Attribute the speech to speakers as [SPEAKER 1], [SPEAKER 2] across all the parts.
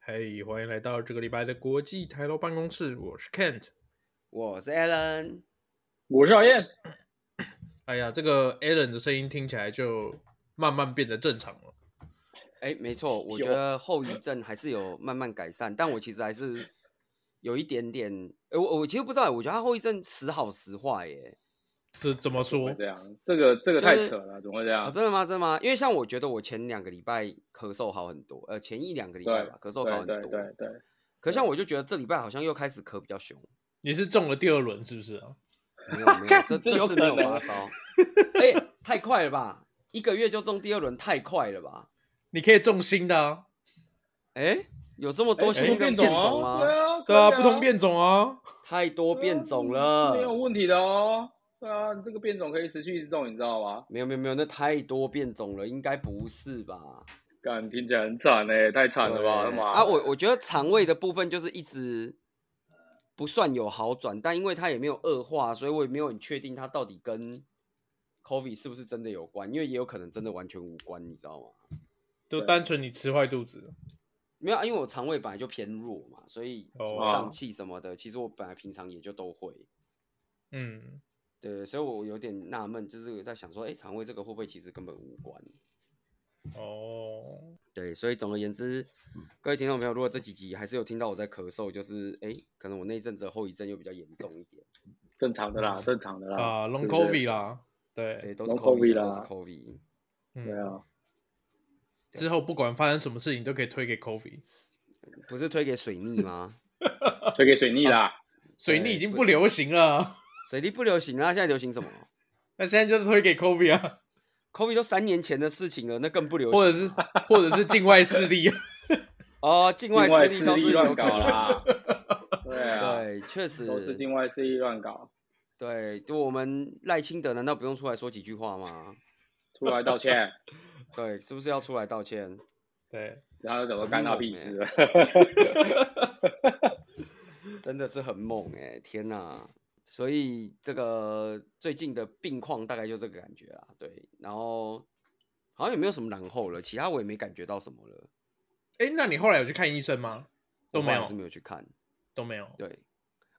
[SPEAKER 1] 嘿欢迎来到这个礼拜的国际台楼办公室，我是 Kent。
[SPEAKER 2] 我是 Alan，
[SPEAKER 3] 我是小燕，
[SPEAKER 1] 哎呀，这个 Alan 的声音听起来就慢慢变得正常了。
[SPEAKER 2] 哎，没错，我觉
[SPEAKER 3] 有
[SPEAKER 2] 得后遗症还是有慢慢改善，但我其实还是有一点点，哎，我我其实不知道，我觉得他后遗症时好时坏耶。
[SPEAKER 1] 是怎么
[SPEAKER 3] 会
[SPEAKER 1] 说？
[SPEAKER 3] 这样，这个这个太
[SPEAKER 2] 就是
[SPEAKER 3] 扯了，怎么会这样？
[SPEAKER 2] 啊，真的吗？真的吗？因为像我觉得我前两个礼拜咳嗽好很多，呃，前一两个礼拜
[SPEAKER 3] 对
[SPEAKER 2] 吧，咳嗽好
[SPEAKER 3] 对
[SPEAKER 2] 很
[SPEAKER 3] 对对
[SPEAKER 2] 多。
[SPEAKER 3] 对，
[SPEAKER 2] 可像我就觉得这礼拜好像又开始咳比较凶，
[SPEAKER 1] 你是中了第二轮是不是啊？
[SPEAKER 2] 没有没有，这
[SPEAKER 3] 这
[SPEAKER 2] 这
[SPEAKER 3] 有
[SPEAKER 2] 次没有
[SPEAKER 3] 可能
[SPEAKER 2] 发烧，哎，太快了吧？一个月就中第二轮，太快了吧？
[SPEAKER 1] 你可以中新的啊，
[SPEAKER 2] 哎，有这么多
[SPEAKER 3] 哎
[SPEAKER 2] 新的
[SPEAKER 3] 变
[SPEAKER 2] 变
[SPEAKER 3] 种
[SPEAKER 2] 种
[SPEAKER 3] 哦，对
[SPEAKER 2] 吗？
[SPEAKER 3] 啊，
[SPEAKER 1] 对啊，
[SPEAKER 3] 可以
[SPEAKER 1] 不同变种啊。
[SPEAKER 2] 太多变种
[SPEAKER 3] 嗯
[SPEAKER 2] 了，
[SPEAKER 3] 没有问题的哦。对啊，这个变种可以持续一直种，你知道吗？
[SPEAKER 2] 没有没有没有，那太多变种了，应该不是吧？
[SPEAKER 3] 干，听起来很惨哎，太惨了吧，他
[SPEAKER 2] 对
[SPEAKER 3] 妈
[SPEAKER 2] 啊，我我觉得肠胃的部分就是一直不算有好转，但因为它也没有恶化，所以我也没有很确定它到底跟 COVID 是不是真的有关，因为也有可能真的完全无关，你知道吗？
[SPEAKER 1] 就
[SPEAKER 3] 对啊
[SPEAKER 1] 单纯你吃坏肚子，
[SPEAKER 2] 没有啊，因为我肠胃本来就偏弱嘛，所以什么
[SPEAKER 1] 哦
[SPEAKER 2] 胀气什么的，其实我本来平常也就都会。
[SPEAKER 1] 嗯，
[SPEAKER 2] 对，所以我有点纳闷，就是我在想说，哎、肠胃这个会不会其实根本无关？
[SPEAKER 1] 哦，
[SPEAKER 2] 对，所以总而言之，
[SPEAKER 3] 嗯
[SPEAKER 2] 各位听众朋友，如果这几集还是有听到我在咳嗽，就是哎，诶可能我那一阵子的后遗症又比较严重一点。
[SPEAKER 3] 正常的啦，正常的啦。
[SPEAKER 1] 啊，Long
[SPEAKER 3] 对不对
[SPEAKER 1] COVID 啦，对，
[SPEAKER 2] 对，都是
[SPEAKER 3] 都
[SPEAKER 2] COVID，
[SPEAKER 3] COVID
[SPEAKER 2] 啊都是
[SPEAKER 3] 啦
[SPEAKER 2] COVID。
[SPEAKER 3] 对
[SPEAKER 1] 嗯，
[SPEAKER 3] 啊，
[SPEAKER 1] 之后不管发生什么事情都可以推给 COVID。
[SPEAKER 2] 不是推给水逆吗？
[SPEAKER 3] 推给水逆
[SPEAKER 2] 啊
[SPEAKER 3] 啦，
[SPEAKER 1] 水逆已经不流行了，
[SPEAKER 2] 水逆不流行啊，现在流行什么
[SPEAKER 1] 那现在就是推给 COVID 啊，
[SPEAKER 2] ？COVID 都三年前的事情了，那更不流行。
[SPEAKER 1] 或者是或者是境外势力。啊
[SPEAKER 2] 哦，境
[SPEAKER 3] 境
[SPEAKER 2] 外
[SPEAKER 3] 外
[SPEAKER 2] 势
[SPEAKER 3] 势
[SPEAKER 2] 力倒是
[SPEAKER 3] 力乱
[SPEAKER 2] 有可
[SPEAKER 3] 搞
[SPEAKER 2] 能。
[SPEAKER 3] 啦。对啊，
[SPEAKER 2] 对，确实，
[SPEAKER 3] 都是境外势力乱搞，
[SPEAKER 2] 对，就我们赖清德难道不用出来说几句话吗？
[SPEAKER 3] 出来道歉，
[SPEAKER 2] 对，是不是要出来道歉？
[SPEAKER 1] 对，
[SPEAKER 3] 然后怎么干他屁事了？
[SPEAKER 2] 真的是很猛哎、天哪！所以这个最近的病况大概就这个感觉啦，对。然后好像也没有什么然后了，其他我也没感觉到什么了，
[SPEAKER 1] 哎，那你后来有去看医生吗？都
[SPEAKER 2] 我
[SPEAKER 1] 没
[SPEAKER 2] 后来
[SPEAKER 1] 有
[SPEAKER 2] 是没有去看。
[SPEAKER 1] 都没有。
[SPEAKER 2] 对，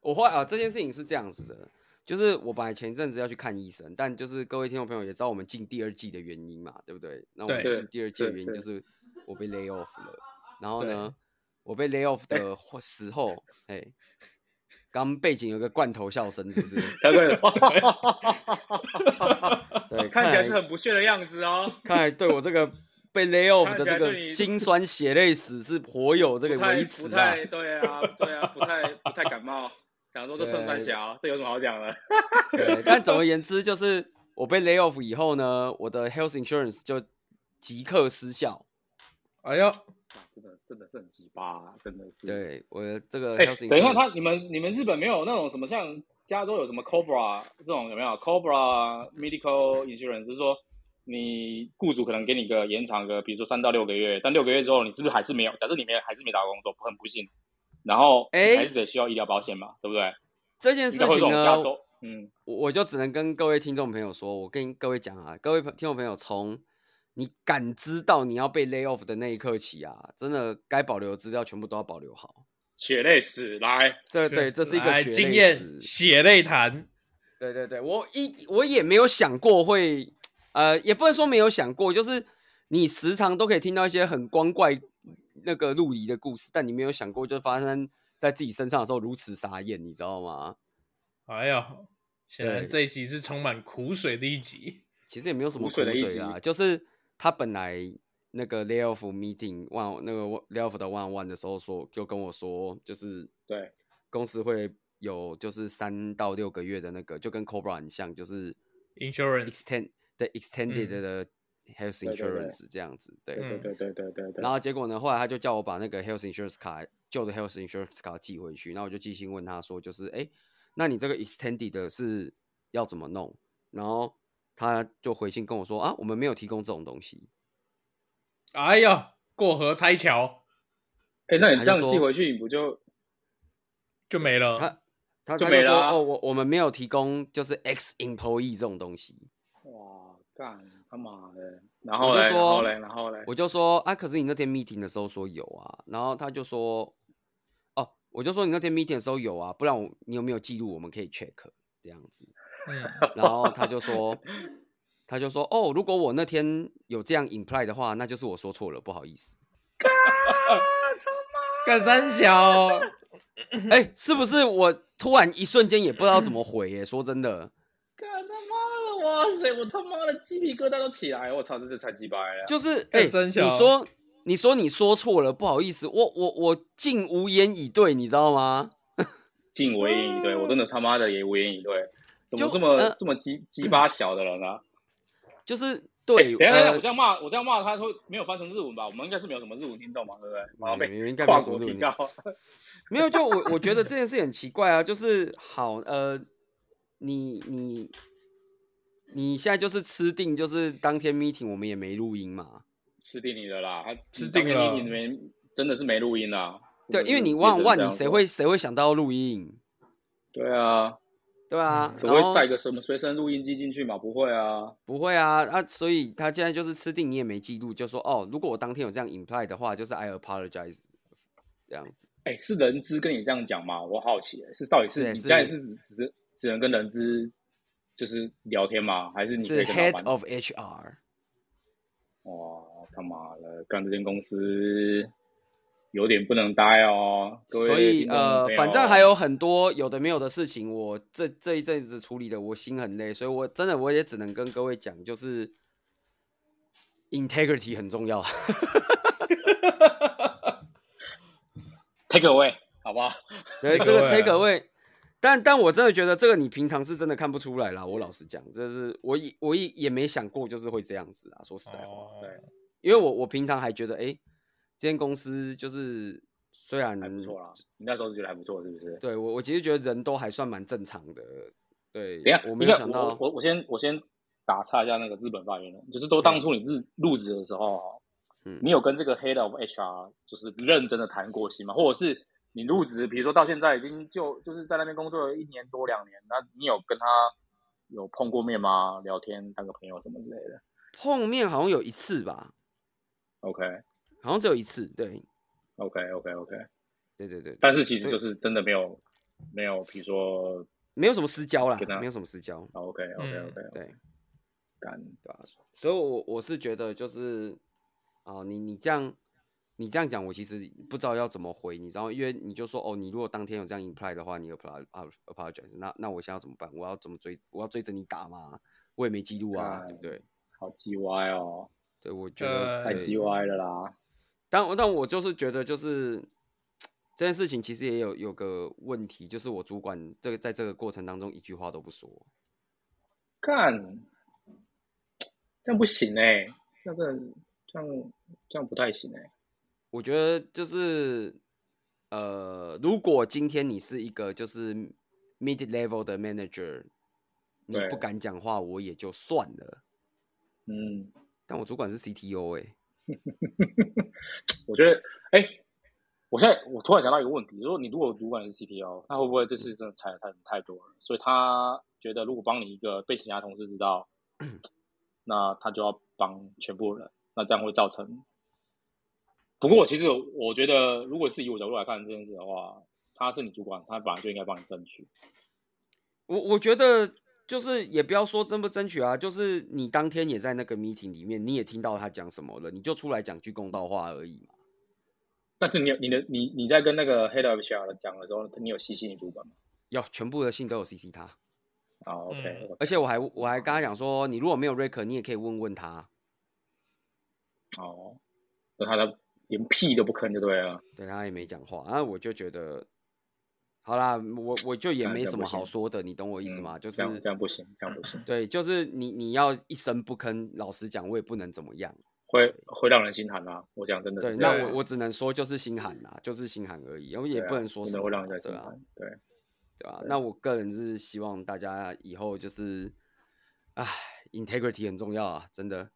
[SPEAKER 2] 我后来啊，这件事情是这样子的，就是我本来前一阵子要去看医生，但就是各位听众朋友也知道我们进第二季的原因嘛，对不对？那我们
[SPEAKER 1] 对
[SPEAKER 2] 进第二季的
[SPEAKER 3] 对
[SPEAKER 2] 原因就
[SPEAKER 3] 对
[SPEAKER 2] 是我被 lay off 了，然后
[SPEAKER 1] 对
[SPEAKER 2] 呢，我被 lay off 的时候，哎、刚背景有个罐头笑声，是不是？
[SPEAKER 3] 他对，
[SPEAKER 2] 对，
[SPEAKER 3] 看起来是
[SPEAKER 2] 来
[SPEAKER 3] 很不屑的样子哦。
[SPEAKER 2] 看来对我这个被 lay off
[SPEAKER 3] 看
[SPEAKER 2] 的
[SPEAKER 3] 起
[SPEAKER 2] 这
[SPEAKER 3] 来
[SPEAKER 2] 个
[SPEAKER 3] 对你
[SPEAKER 2] 心酸血泪史是颇有这
[SPEAKER 3] 不
[SPEAKER 2] 个
[SPEAKER 3] 太
[SPEAKER 2] 维
[SPEAKER 3] 不
[SPEAKER 2] 持啊。
[SPEAKER 3] 太对啊，对啊，不太不太感冒。想说这衬衫小，这有什么好讲的？
[SPEAKER 2] 对，但总而言之，就是我被 lay off 以后呢，我的 health insurance 就即刻失效。
[SPEAKER 1] 哎呦，
[SPEAKER 3] 真的真的是很鸡巴，啊真的是。
[SPEAKER 2] 对，我的这个
[SPEAKER 3] 嗯哎
[SPEAKER 2] health insurance，、
[SPEAKER 3] 等一下，他你们你们日本没有那种什么像加州有什么 Cobra 这种有没有 Cobra Medical Insurance？就是说你雇主可能给你个延长个，比如说三到六个月，但六个月之后你是不是还是没有？假设你没有还是没找到工作，很不幸，然后你
[SPEAKER 2] 哎
[SPEAKER 3] 还是得需要医疗保险嘛，对不对？
[SPEAKER 2] 这件
[SPEAKER 3] 应
[SPEAKER 2] 事
[SPEAKER 3] 该会有这
[SPEAKER 2] 情
[SPEAKER 3] 种加
[SPEAKER 2] 呢，我
[SPEAKER 3] 州，嗯，
[SPEAKER 2] 我就只能跟各位听众朋友说，我跟各位讲啊，各位朋听众朋友，从你感知到你要被 lay off 的那一刻起啊，真的该保留的资料全部都要保留好。
[SPEAKER 3] 血泪史来。
[SPEAKER 2] 这对，这是一个
[SPEAKER 3] 哎
[SPEAKER 1] 来
[SPEAKER 2] 血
[SPEAKER 1] 经
[SPEAKER 2] 泪
[SPEAKER 1] 验
[SPEAKER 2] 史
[SPEAKER 1] 血泪谈。
[SPEAKER 2] 对对对，我一我也没有想过会，呃，也不能说没有想过，就是你时常都可以听到一些很光怪那个陆离的故事，但你没有想过就发生在自己身上的时候如此傻眼，你知道吗？
[SPEAKER 1] 哎呦，显然
[SPEAKER 2] 对
[SPEAKER 1] 这一集是充满苦水的一集。
[SPEAKER 2] 其实也没有什么
[SPEAKER 3] 苦
[SPEAKER 2] 苦
[SPEAKER 3] 水的一
[SPEAKER 2] 水啦，
[SPEAKER 3] 集
[SPEAKER 2] 就是他本来那个 lay off meeting one 那个 lay off 的 one one 的时候说，就跟我说，就是
[SPEAKER 3] 对
[SPEAKER 2] 公司会有就是三到六个月的那个，就跟 Cobra 很像，就是
[SPEAKER 1] Insurance，
[SPEAKER 2] extend 的 extended
[SPEAKER 1] 嗯
[SPEAKER 2] 的 health
[SPEAKER 3] 对对对
[SPEAKER 2] insurance 这样子， 对。
[SPEAKER 1] 嗯
[SPEAKER 3] 对对对对对对
[SPEAKER 2] 然。后结果呢，后来他就叫我把那个 health insurance 卡旧的 health insurance 卡寄回去，那我就寄信问他说，就是哎，诶那你这个 extended 的是要怎么弄？然后他就回信跟我说啊，我们没有提供这种东西。
[SPEAKER 1] 哎呦，过河拆桥
[SPEAKER 3] 哎，那你这
[SPEAKER 2] 他就
[SPEAKER 3] 样
[SPEAKER 2] 说
[SPEAKER 3] 寄回去，你不就
[SPEAKER 1] 就没了
[SPEAKER 2] 他。他
[SPEAKER 3] 就
[SPEAKER 2] 他
[SPEAKER 3] 没
[SPEAKER 2] 就说
[SPEAKER 3] 了啊
[SPEAKER 2] 哦，我我们没有提供就是 ex employee 这种东西。
[SPEAKER 3] 哇干他妈的？然后
[SPEAKER 2] 我就
[SPEAKER 3] 嘞，然
[SPEAKER 2] 说
[SPEAKER 3] 后嘞，然后嘞，
[SPEAKER 2] 我就说啊，可是你那天 meeting 的时候说有啊，然后他就说，哦，我就说你那天 meeting 的时候有啊，不然我你有没有记录，我们可以 check 这样 子。
[SPEAKER 1] 嗯，
[SPEAKER 2] 然后他就说，他就说，哦，如果我那天有这样 imply 的话，那就是我说错了，不好意思。
[SPEAKER 1] 干三 小，
[SPEAKER 3] 嗯
[SPEAKER 2] 哎、是不是我突然一瞬间也不知道怎么回、耶？说真的，
[SPEAKER 3] 干他妈的，哇塞，我他妈的鸡皮疙瘩都起来了，我操，这这太鸡巴了。
[SPEAKER 2] 就是
[SPEAKER 1] 干
[SPEAKER 2] 哎、
[SPEAKER 1] 真
[SPEAKER 2] 你
[SPEAKER 1] 小
[SPEAKER 2] 说你说你说错了，不好意思，我我我竟无言以对，你知道吗？
[SPEAKER 3] 竟无言以对，我真的他妈的也无言以对，怎么
[SPEAKER 2] 就
[SPEAKER 3] 这么、
[SPEAKER 2] 呃
[SPEAKER 3] 这么鸡鸡巴小的人 啊？
[SPEAKER 2] 就是对，
[SPEAKER 3] 哎等一下等一下，我
[SPEAKER 2] 呃
[SPEAKER 3] 这，样骂我这样骂他说没有翻成日文吧？我们应该是没有什么日文听众嘛，对不对？然后 被
[SPEAKER 2] 嗯应该没有
[SPEAKER 3] 跨
[SPEAKER 2] 什么
[SPEAKER 3] 国
[SPEAKER 2] 日
[SPEAKER 3] 提
[SPEAKER 2] 文
[SPEAKER 3] 高，
[SPEAKER 2] 没有，就我我觉得这件事很奇怪啊，就是好呃，你你你现在就是吃定，就是当天 meeting 我们也没录音嘛，
[SPEAKER 3] 吃定你的啦，他
[SPEAKER 1] 吃定了
[SPEAKER 3] 你没真的是没录音啊？
[SPEAKER 2] 对，因为你
[SPEAKER 3] 忘
[SPEAKER 2] 万万你谁会谁会想到要录音，
[SPEAKER 3] 对啊？
[SPEAKER 2] 对啊，
[SPEAKER 3] 谁
[SPEAKER 2] 然
[SPEAKER 3] 会
[SPEAKER 2] 后
[SPEAKER 3] 带个什么随身录音机进去嘛？不会啊，
[SPEAKER 2] 不会啊啊，所以他现在就是吃定你也没记录，就说哦，如果我当天有这样 imply 的话，就是 I apologize 这样子，
[SPEAKER 3] 哎，是人资跟你这样讲吗？我好奇，是到底
[SPEAKER 2] 是
[SPEAKER 3] 是你
[SPEAKER 2] 是
[SPEAKER 3] 家里是只只只能跟人资就是聊天吗？还是你可
[SPEAKER 2] 是
[SPEAKER 3] 以跟老
[SPEAKER 2] head
[SPEAKER 3] 板
[SPEAKER 2] of HR。
[SPEAKER 3] 哇，他妈的，干这间公司有点不能待哦。各位
[SPEAKER 2] 所以
[SPEAKER 3] 听众
[SPEAKER 2] 呃
[SPEAKER 3] 朋，友哦
[SPEAKER 2] 反正还有很多有的没有的事情，我这这一阵子处理的，我心很累，所以我真的我也只能跟各位讲，就是 integrity 很重要。
[SPEAKER 3] take away，好不好？
[SPEAKER 2] 对，
[SPEAKER 1] Take
[SPEAKER 2] 这个
[SPEAKER 1] away 啊
[SPEAKER 2] take away，但但我真的觉得这个你平常是真的看不出来啦。我老实讲，就是我也我也也没想过就是会这样子啊。说实在话，
[SPEAKER 1] 哦
[SPEAKER 3] 对
[SPEAKER 2] 因为我我平常还觉得，哎、这间公司就是虽然
[SPEAKER 3] 还不错啦。你那时候是觉得还不错，是不是？
[SPEAKER 2] 对我我其实觉得人都还算蛮正常的。对，
[SPEAKER 3] 等一下，
[SPEAKER 2] 我没
[SPEAKER 3] 你
[SPEAKER 2] 有
[SPEAKER 3] 看
[SPEAKER 2] 想到
[SPEAKER 3] 我我我先我先打岔一下那个日本发言人，就是都当初你日入职的时候，啊
[SPEAKER 2] 嗯
[SPEAKER 3] 你有跟这个 head of HR 就是认真的谈过心吗？或者是你入职，比如说到现在已经就就是在那边工作了一年多两年，那你有跟他有碰过面吗？聊天当个朋友什么之类的
[SPEAKER 2] 碰面好像有一次吧，
[SPEAKER 3] ？OK。
[SPEAKER 2] 好像只有一次。对，
[SPEAKER 3] OK OK OK，
[SPEAKER 2] 对对对，对
[SPEAKER 3] 但是其实就是真的没有没有，比如说
[SPEAKER 2] 没有什么私交啦
[SPEAKER 3] 跟他，
[SPEAKER 2] 没有什么私交。
[SPEAKER 3] OK OK OK，
[SPEAKER 2] 对。
[SPEAKER 3] 干
[SPEAKER 2] 对啊，所以我我是觉得就是啊、你你这样你这样讲，我其实不知道要怎么回你，然后因为你就说哦，你如果当天有这样 imply 的话，你 apply apologize，那那我现在要怎么办？我要怎么追？我要追着你打吗？我也没记录啊，对不对？
[SPEAKER 3] 好 G Y 哦，
[SPEAKER 2] 对，我觉得
[SPEAKER 1] 呃
[SPEAKER 3] 太
[SPEAKER 2] 对
[SPEAKER 3] G Y 了啦。
[SPEAKER 2] 但但我就是觉得，就是这件事情其实也有有个问题，就是我主管这个在这个过程当中一句话都不说，
[SPEAKER 3] 干，这样不行哎、这样真的这样这样不太行哎、
[SPEAKER 2] 我觉得就是，呃，如果今天你是一个就是 mid level 的 manager，你
[SPEAKER 3] 对
[SPEAKER 2] 不敢讲话，我也就算了。
[SPEAKER 3] 嗯，
[SPEAKER 2] 但我主管是 CTO 哎、
[SPEAKER 3] 我觉得哎、我现在我突然想到一个问题，就是说你如果主管是 CTO，他会不会这次真的裁的太太多了？所以他觉得如果帮你一个被其他同事知道，那他就要帮全部人，那这样会造成。不过其实我觉得，如果是以我角度来看这件事的话，他是你主管，他本来就应该帮你争取。
[SPEAKER 2] 我我觉得就是也不要说争不争取啊，就是你当天也在那个 meeting 里面，你也听到他讲什么了，你就出来讲句公道话而已嘛。
[SPEAKER 3] 但是你有你的你你在跟那个 head of HR 讲的时候，你有吸吸你主管吗？
[SPEAKER 2] 哟，全部的信都有 CC 他，
[SPEAKER 3] 啊，OK，,
[SPEAKER 1] 嗯
[SPEAKER 3] o
[SPEAKER 2] 而且我还我还跟他讲说，你如果没有 rec，你也可以问问他。
[SPEAKER 3] k 哦，那他的连屁都不吭就对了。
[SPEAKER 2] 对他也没讲话啊，我就觉得，好啦，我我就也
[SPEAKER 3] 那
[SPEAKER 2] 没
[SPEAKER 3] 这样
[SPEAKER 2] 什
[SPEAKER 3] 不
[SPEAKER 2] 么好
[SPEAKER 3] 行
[SPEAKER 2] 说的，你懂我意思
[SPEAKER 3] 嗯
[SPEAKER 2] 吗？就是
[SPEAKER 3] 这样这样不行，这 样不行，
[SPEAKER 2] 对，就是你你要一声不吭，老实讲，我也不能怎么样。
[SPEAKER 3] 会会让人心寒啊！我讲真的
[SPEAKER 2] 对，
[SPEAKER 3] 是这
[SPEAKER 2] 那
[SPEAKER 3] 样啊，
[SPEAKER 1] 对
[SPEAKER 2] 我我只能说就是心寒啦，就是心寒而已，然后也
[SPEAKER 3] 对啊
[SPEAKER 2] 不能说
[SPEAKER 3] 真
[SPEAKER 2] 什
[SPEAKER 3] 的
[SPEAKER 2] 么
[SPEAKER 3] 会
[SPEAKER 2] 啦，
[SPEAKER 3] 让人家
[SPEAKER 2] 对
[SPEAKER 3] 心
[SPEAKER 2] 啊，
[SPEAKER 3] 寒。对，
[SPEAKER 2] 对啊。那我个人是希望大家以后就是，唉，integrity 很重要啊，真的。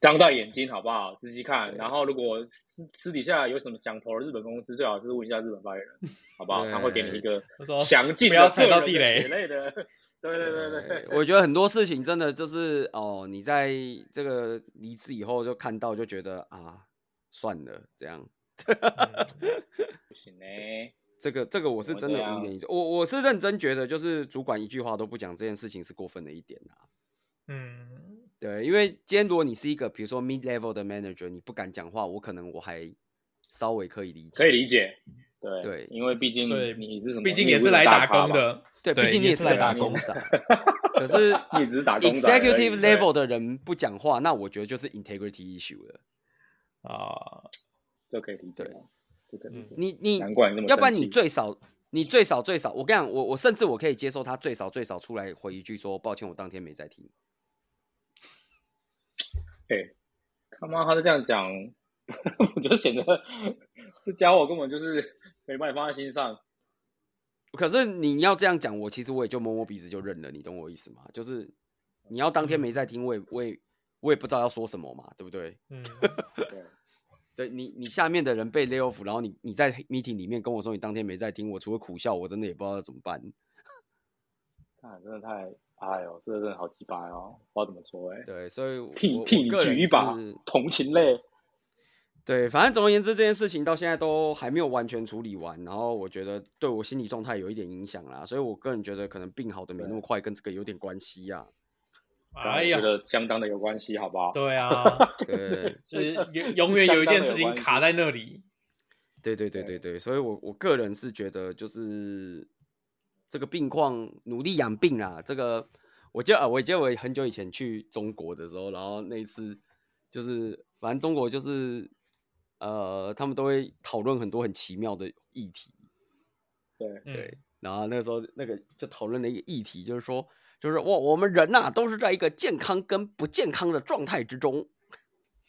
[SPEAKER 3] 张大眼睛好不好？仔细看。然后如果私私底下有什么想投的日本公司，最好是问一下日本发言人，好不好？
[SPEAKER 1] 对
[SPEAKER 3] 他会给你一个
[SPEAKER 4] 他说
[SPEAKER 3] 详尽
[SPEAKER 4] 不
[SPEAKER 3] 的
[SPEAKER 4] 要踩到
[SPEAKER 3] 个人
[SPEAKER 4] 地
[SPEAKER 3] 的
[SPEAKER 4] 雷
[SPEAKER 3] 血 泪的。对对对对对，
[SPEAKER 2] 我觉得很多事情真的就是哦，你在这个离职以后就看到就觉得啊，算了，这样。
[SPEAKER 3] 不行哎。
[SPEAKER 2] 这个这个我是
[SPEAKER 3] 我
[SPEAKER 2] 真
[SPEAKER 3] 这
[SPEAKER 2] 的无
[SPEAKER 3] 样
[SPEAKER 2] 言以对，我我是认真觉得，就是主管一句话都不讲这件事情是过分的一点啊。
[SPEAKER 1] 嗯，
[SPEAKER 2] 对，因为今天如果你是一个比如说 mid level 的 manager，你不敢讲话，我可能我还稍微可以理解，
[SPEAKER 3] 可以理解。对
[SPEAKER 2] 对
[SPEAKER 3] 因为毕竟
[SPEAKER 4] 对
[SPEAKER 3] 你是什么？
[SPEAKER 1] 嗯
[SPEAKER 4] 毕竟
[SPEAKER 3] 你
[SPEAKER 4] 也是来打工
[SPEAKER 3] 大咖嘛，
[SPEAKER 4] 的，
[SPEAKER 2] 对，
[SPEAKER 4] 对
[SPEAKER 2] 毕竟
[SPEAKER 4] 你
[SPEAKER 2] 你
[SPEAKER 4] 也
[SPEAKER 2] 也
[SPEAKER 4] 是
[SPEAKER 2] 是
[SPEAKER 4] 来
[SPEAKER 2] 来
[SPEAKER 4] 打
[SPEAKER 2] 打
[SPEAKER 4] 工
[SPEAKER 2] 工仔。可是
[SPEAKER 3] 你只是打工仔而已
[SPEAKER 2] executive
[SPEAKER 3] 对
[SPEAKER 2] level 的人不讲话，那我觉得就是 integrity issue 了。
[SPEAKER 4] 啊，
[SPEAKER 3] 这可以理解
[SPEAKER 2] 对。
[SPEAKER 3] 这可以理解
[SPEAKER 2] 你你
[SPEAKER 3] 难怪你那么
[SPEAKER 2] 要不然
[SPEAKER 3] 生
[SPEAKER 2] 你
[SPEAKER 3] 气
[SPEAKER 2] 最少你最少最少，我跟你讲，我我甚至我可以接受他最少最少出来回一句说抱歉，我当天没在听。
[SPEAKER 3] 他妈，他都这样讲， 我就显得这家伙根本就是没把你放在心上。
[SPEAKER 2] 可是你要这样讲，我其实我也就摸摸鼻子就认了，你懂我意思吗？就是你要当天没在听，我也我也我也不知道要说什么嘛，对不对？
[SPEAKER 1] 嗯，
[SPEAKER 3] 对，
[SPEAKER 2] 对你你下面的人被 lay off，然后你你在 meeting 里面跟我说你当天没在听，我除了苦笑，我真的也不知道怎么办。
[SPEAKER 3] 看真的太，哎呦，这个真的好鸡巴哦，不知道怎么说哎、
[SPEAKER 2] 对，所以我
[SPEAKER 3] 替
[SPEAKER 2] 我
[SPEAKER 3] 替
[SPEAKER 2] 我
[SPEAKER 3] 你
[SPEAKER 2] 个人
[SPEAKER 3] 举一把
[SPEAKER 2] 是
[SPEAKER 3] 同情泪。
[SPEAKER 2] 对，反正总而言之，这件事情到现在都还没有完全处理完，然后我觉得对我心理状态有一点影响啦，所以我个人觉得可能病好的没那么快，跟这个有点关系啊呀、
[SPEAKER 4] 哎
[SPEAKER 3] 我
[SPEAKER 4] 呀
[SPEAKER 3] 觉，得相当的有关系，好不好？
[SPEAKER 4] 对啊，
[SPEAKER 2] 对，
[SPEAKER 4] 就是永永远有一件事情卡在那里，
[SPEAKER 2] 对对对对对，所以我我个人是觉得就是这个病况努力养病啦。这个我记得，呃我记得我很久以前去中国的时候，然后那一次就是反正中国就是呃，他们都会讨论很多很奇妙的议题，
[SPEAKER 3] 对，
[SPEAKER 4] 嗯
[SPEAKER 1] 嗯
[SPEAKER 2] 对，然后那时候那个就讨论了一个议题，就是说就是哇，我们人呐、都是在一个健康跟不健康的状态之中，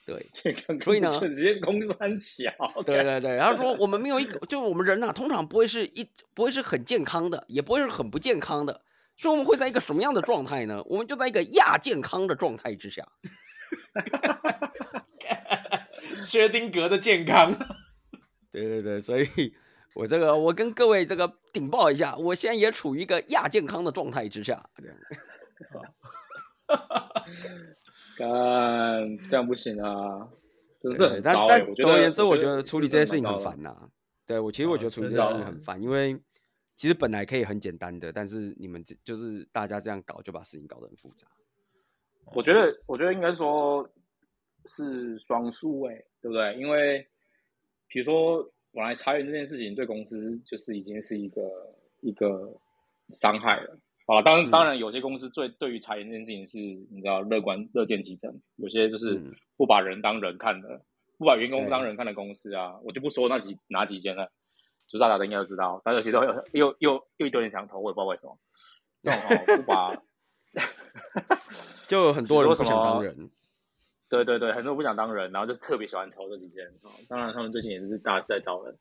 [SPEAKER 2] 对。
[SPEAKER 3] 这个
[SPEAKER 2] 所以呢
[SPEAKER 3] 直接攻三小。
[SPEAKER 2] 对对对，他说我们没有一个， 就是我们人呐、通常不会是一不会是很健康的，也不会是很不健康的，所以我们会在一个什么样的状态呢？我们就在一个亚健康的状态之下。
[SPEAKER 4] 薛丁格的健康，
[SPEAKER 2] 对对对，所以我这个我跟各位这个顶报一下，我现在也处于一个亚健康的状态之下。这样
[SPEAKER 3] 干，这样不行啊，真的是
[SPEAKER 2] 对，
[SPEAKER 3] 很
[SPEAKER 2] 但
[SPEAKER 3] 糟、欸。
[SPEAKER 2] 但
[SPEAKER 3] 我觉
[SPEAKER 2] 总而
[SPEAKER 3] 得，
[SPEAKER 2] 言之，我觉得处理这些
[SPEAKER 3] 真的
[SPEAKER 2] 事情
[SPEAKER 3] 蛮
[SPEAKER 2] 很
[SPEAKER 3] 糟的啊
[SPEAKER 2] 烦。呐、啊对我其实我觉
[SPEAKER 1] 哦
[SPEAKER 2] 得处理这
[SPEAKER 1] 真
[SPEAKER 2] 些
[SPEAKER 1] 的
[SPEAKER 2] 事情
[SPEAKER 1] 哦
[SPEAKER 2] 很烦，因为其实本来可以很简单的，但是你们这就是大家这样搞，就把事情搞得很复杂。
[SPEAKER 3] 我觉得，我觉得应该说是双数位，对不对？因为比如说，本来裁员这件事情对公司就是已经是一个一个伤害了。好了，当然，
[SPEAKER 2] 嗯
[SPEAKER 3] 当然，有些公司最对于裁员这件事情是，你知道乐观乐见其成，有些就是
[SPEAKER 2] 嗯
[SPEAKER 3] 不把人当人看的，不把员工
[SPEAKER 2] 对
[SPEAKER 3] 当人看的公司啊，我就不说那几哪几间了，就大家都应该都知道，但是其实都有又又又一堆人想投，我也不知道为什么，这种哦不把
[SPEAKER 2] 就有很多人
[SPEAKER 3] 说
[SPEAKER 2] 不
[SPEAKER 3] 什
[SPEAKER 2] 想当
[SPEAKER 3] 么啊
[SPEAKER 2] 人。
[SPEAKER 3] 对对对，很多人不想当人，然后就特别喜欢投这几间。哦当然，他们最近也是大在招人。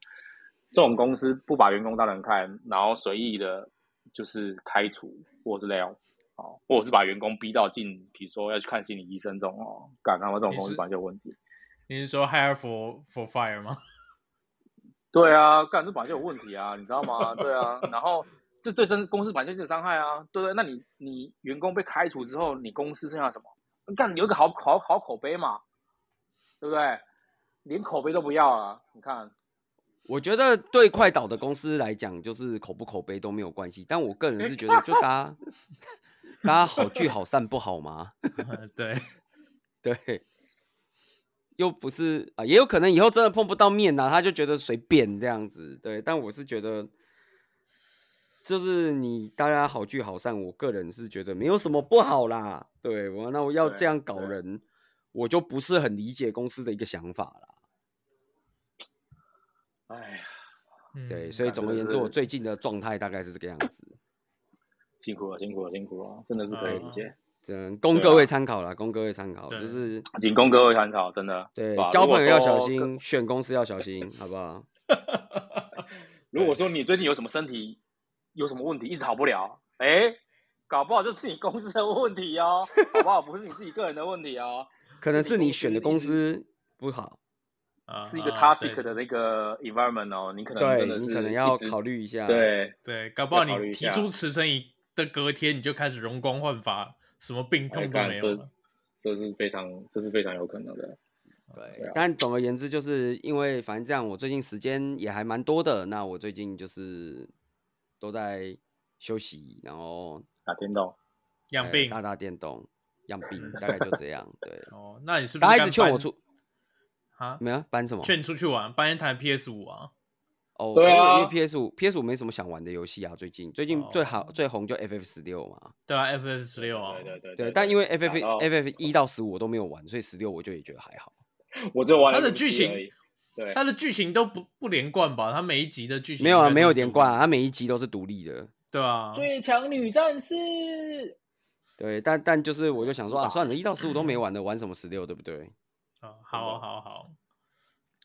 [SPEAKER 3] 这种公司不把员工当人看，然后随意的，就是开除或是 layoff，哦，或者是把员工逼到进，比如说要去看心理医生这种哦，干他妈这种公
[SPEAKER 1] 你
[SPEAKER 3] 司
[SPEAKER 1] 是
[SPEAKER 3] 本来就有问题。
[SPEAKER 1] 你是说 hire for for fire 吗？
[SPEAKER 3] 对啊，干这本来就有问题啊，你知道吗？对啊，然后这对身公司本来就是有伤害啊，对不对？那你你员工被开除之后，你公司剩下什么？干有一个好好好口碑嘛，对不对？连口碑都不要了，你看，
[SPEAKER 2] 我觉得对快倒的公司来讲，就是口不口碑都没有关系。但我个人是觉得，就大家 大家好聚好散不好吗？
[SPEAKER 4] 对，
[SPEAKER 2] 对，又不是啊，也有可能以后真的碰不到面呐、他就觉得随便这样子。对，但我是觉得，就是你大家好聚好散，我个人是觉得没有什么不好啦。对我，那我要
[SPEAKER 3] 对
[SPEAKER 2] 这样搞
[SPEAKER 3] 对
[SPEAKER 2] 人，我就不是很理解公司的一个想法啦。
[SPEAKER 3] 哎呀，
[SPEAKER 1] 嗯
[SPEAKER 2] 对，所以
[SPEAKER 3] 感
[SPEAKER 2] 总
[SPEAKER 3] 觉
[SPEAKER 2] 而
[SPEAKER 3] 就
[SPEAKER 2] 言之，我
[SPEAKER 3] 是
[SPEAKER 2] 最近的状态大概是这个样子。
[SPEAKER 3] 辛苦了，辛苦了，辛苦了，真的是可以理解，
[SPEAKER 2] 只能供
[SPEAKER 3] 对
[SPEAKER 2] 各
[SPEAKER 3] 啊
[SPEAKER 2] 位参考啦，供各位参考，
[SPEAKER 1] 对
[SPEAKER 2] 就是
[SPEAKER 3] 仅供各位参考，真的。
[SPEAKER 2] 对
[SPEAKER 3] 吧
[SPEAKER 2] 交
[SPEAKER 3] 如果
[SPEAKER 2] 朋友要
[SPEAKER 3] 说
[SPEAKER 2] 小心，选公司要小心，好不 好？
[SPEAKER 3] 如果说你最近有什么身体有什么问题，一直好不了，哎，搞不好就是你公司的问题哦，好不好？不是你自己个人的问题哦。
[SPEAKER 2] 可能是你选的公司不好，
[SPEAKER 4] 啊
[SPEAKER 3] 是一个
[SPEAKER 4] 啊
[SPEAKER 3] toxic
[SPEAKER 4] 对
[SPEAKER 3] 的那个 environment 哦，你可能真
[SPEAKER 2] 对
[SPEAKER 3] 的是
[SPEAKER 2] 你可能要
[SPEAKER 3] 一直
[SPEAKER 2] 考虑一下。，
[SPEAKER 3] 对
[SPEAKER 4] 对，搞不好
[SPEAKER 3] 要考虑
[SPEAKER 4] 你
[SPEAKER 3] 一
[SPEAKER 4] 提
[SPEAKER 3] 下
[SPEAKER 4] 出辞呈一的隔天，你就开始容光焕发，什么病痛都
[SPEAKER 3] 哎干
[SPEAKER 4] 没有
[SPEAKER 3] 这
[SPEAKER 4] 了。
[SPEAKER 3] 这是非常，这是非常有可能的。对
[SPEAKER 2] 对
[SPEAKER 3] 啊，
[SPEAKER 2] 但总而言之，就是因为反正这样，我最近时间也还蛮多的。那我最近就是都在休息，然后
[SPEAKER 3] 打电动，
[SPEAKER 4] 养
[SPEAKER 2] 呃
[SPEAKER 4] 病
[SPEAKER 2] 打打电动，养 病，大概就这样。 对，
[SPEAKER 4] 哦，那你是不
[SPEAKER 2] 大
[SPEAKER 4] 是
[SPEAKER 2] 家一直
[SPEAKER 4] 干
[SPEAKER 2] 劝我
[SPEAKER 4] 搬
[SPEAKER 2] 出，
[SPEAKER 4] 啊？
[SPEAKER 2] 没有搬什么？
[SPEAKER 4] 劝你出去玩，搬一台 PS 五啊。
[SPEAKER 2] 哦，
[SPEAKER 3] 对啊
[SPEAKER 2] 因为 PS 五 PS 五没什么想玩的游戏啊，最近最近最好、
[SPEAKER 4] 哦
[SPEAKER 2] 最红就 FF 十六嘛。
[SPEAKER 4] 对啊，FS 十六啊，
[SPEAKER 3] 对对
[SPEAKER 2] 对，但因为 FF
[SPEAKER 3] 打到
[SPEAKER 2] FF 一到十五我都没有玩，所以十六我就也觉得还好。
[SPEAKER 3] 我只有玩了
[SPEAKER 4] 它的
[SPEAKER 3] 一部戏
[SPEAKER 4] 剧情
[SPEAKER 3] 而已，对，
[SPEAKER 4] 它的剧情都不不连贯吧？它每一集的剧情
[SPEAKER 2] 没有啊，
[SPEAKER 4] 应该都
[SPEAKER 2] 没有
[SPEAKER 4] 是
[SPEAKER 2] 连
[SPEAKER 4] 独
[SPEAKER 2] 贯、
[SPEAKER 4] 立
[SPEAKER 2] 啊，，它每一集都是独立的。
[SPEAKER 4] 对啊，
[SPEAKER 3] 最强女战士，
[SPEAKER 2] 对，但但就是我就想说啊，
[SPEAKER 3] 哇
[SPEAKER 2] 算了，一到十五都没玩的，玩什么十六，对不对
[SPEAKER 4] 啊，好好好，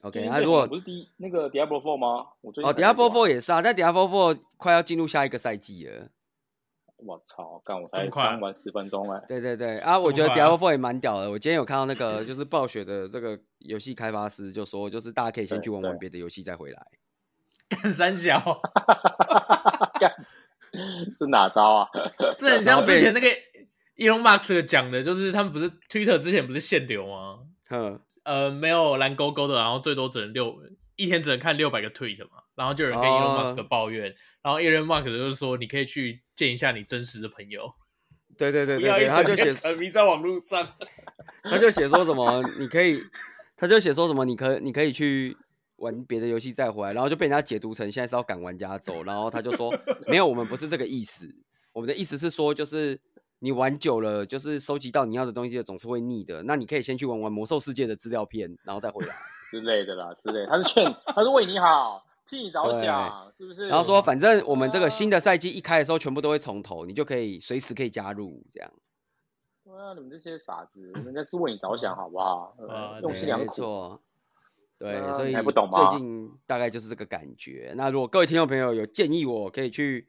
[SPEAKER 2] ？OK，
[SPEAKER 3] 那
[SPEAKER 2] 那、啊如果
[SPEAKER 3] 不是第一那个 Diablo Four 吗？我最近
[SPEAKER 2] 哦
[SPEAKER 3] 才在
[SPEAKER 2] ，Diablo
[SPEAKER 3] 玩
[SPEAKER 2] Four 也是啊，但 Diablo Four 快要进入下一个赛季了。
[SPEAKER 3] 我操，干我
[SPEAKER 4] 这
[SPEAKER 3] 才
[SPEAKER 4] 么快啊
[SPEAKER 3] 刚玩十分钟哎，
[SPEAKER 2] 对对对啊，我觉得
[SPEAKER 4] 这么快啊
[SPEAKER 2] Diablo Four 也蛮屌的。我今天有看到那个就是暴雪的这个游戏开发师就说，就是大家可以先
[SPEAKER 3] 对
[SPEAKER 2] 去玩玩
[SPEAKER 3] 对
[SPEAKER 2] 别的游戏再回来。
[SPEAKER 4] 干三小，
[SPEAKER 3] 是哪招啊？
[SPEAKER 4] 这很像之前那个 Elon Musk 讲的，就是他们不是 Twitter 之前不是限流吗？
[SPEAKER 2] 哼，
[SPEAKER 4] 呃，没有蓝勾勾的，然后最多只能六一天只能看六百个 tweet 嘛，然后就有人跟 Elon
[SPEAKER 2] 哦
[SPEAKER 4] Musk 抱怨，然后 Elon Musk 就是说你可以去见一下你真实的朋友，
[SPEAKER 2] 对对对
[SPEAKER 4] 不
[SPEAKER 2] 对
[SPEAKER 4] 要一
[SPEAKER 2] 对，他就
[SPEAKER 4] 整
[SPEAKER 2] 写
[SPEAKER 4] 天沉迷在网络 上。
[SPEAKER 2] 他就写说什么你可以，他就写说什么你可你可以去玩别的游戏再回来，然后就被人家解读成现在是要赶玩家走，然后他就说没有，我们不是这个意思，我们的意思是说就是你玩久了，就是收集到你要的东西了总是会腻的，那你可以先去玩玩魔兽世界的资料片，然后再回来，
[SPEAKER 3] 之类的啦，之类的，他是劝，他是为你好，替你着想，是不是？
[SPEAKER 2] 然后说反正我们这个新的赛季一开的时候全部都会从头，你就可以随时可以加入这样。
[SPEAKER 3] 对啊，你们这些傻子，人家是为你着想，好不好？
[SPEAKER 4] 啊
[SPEAKER 3] 呃
[SPEAKER 4] 对
[SPEAKER 3] 用心良
[SPEAKER 2] 没
[SPEAKER 3] 苦，
[SPEAKER 2] 错，对，
[SPEAKER 3] 啊
[SPEAKER 2] 所以
[SPEAKER 3] 你还不懂吗
[SPEAKER 2] 最近大概就是这个感觉。那如果各位听众朋友有建议，我可以去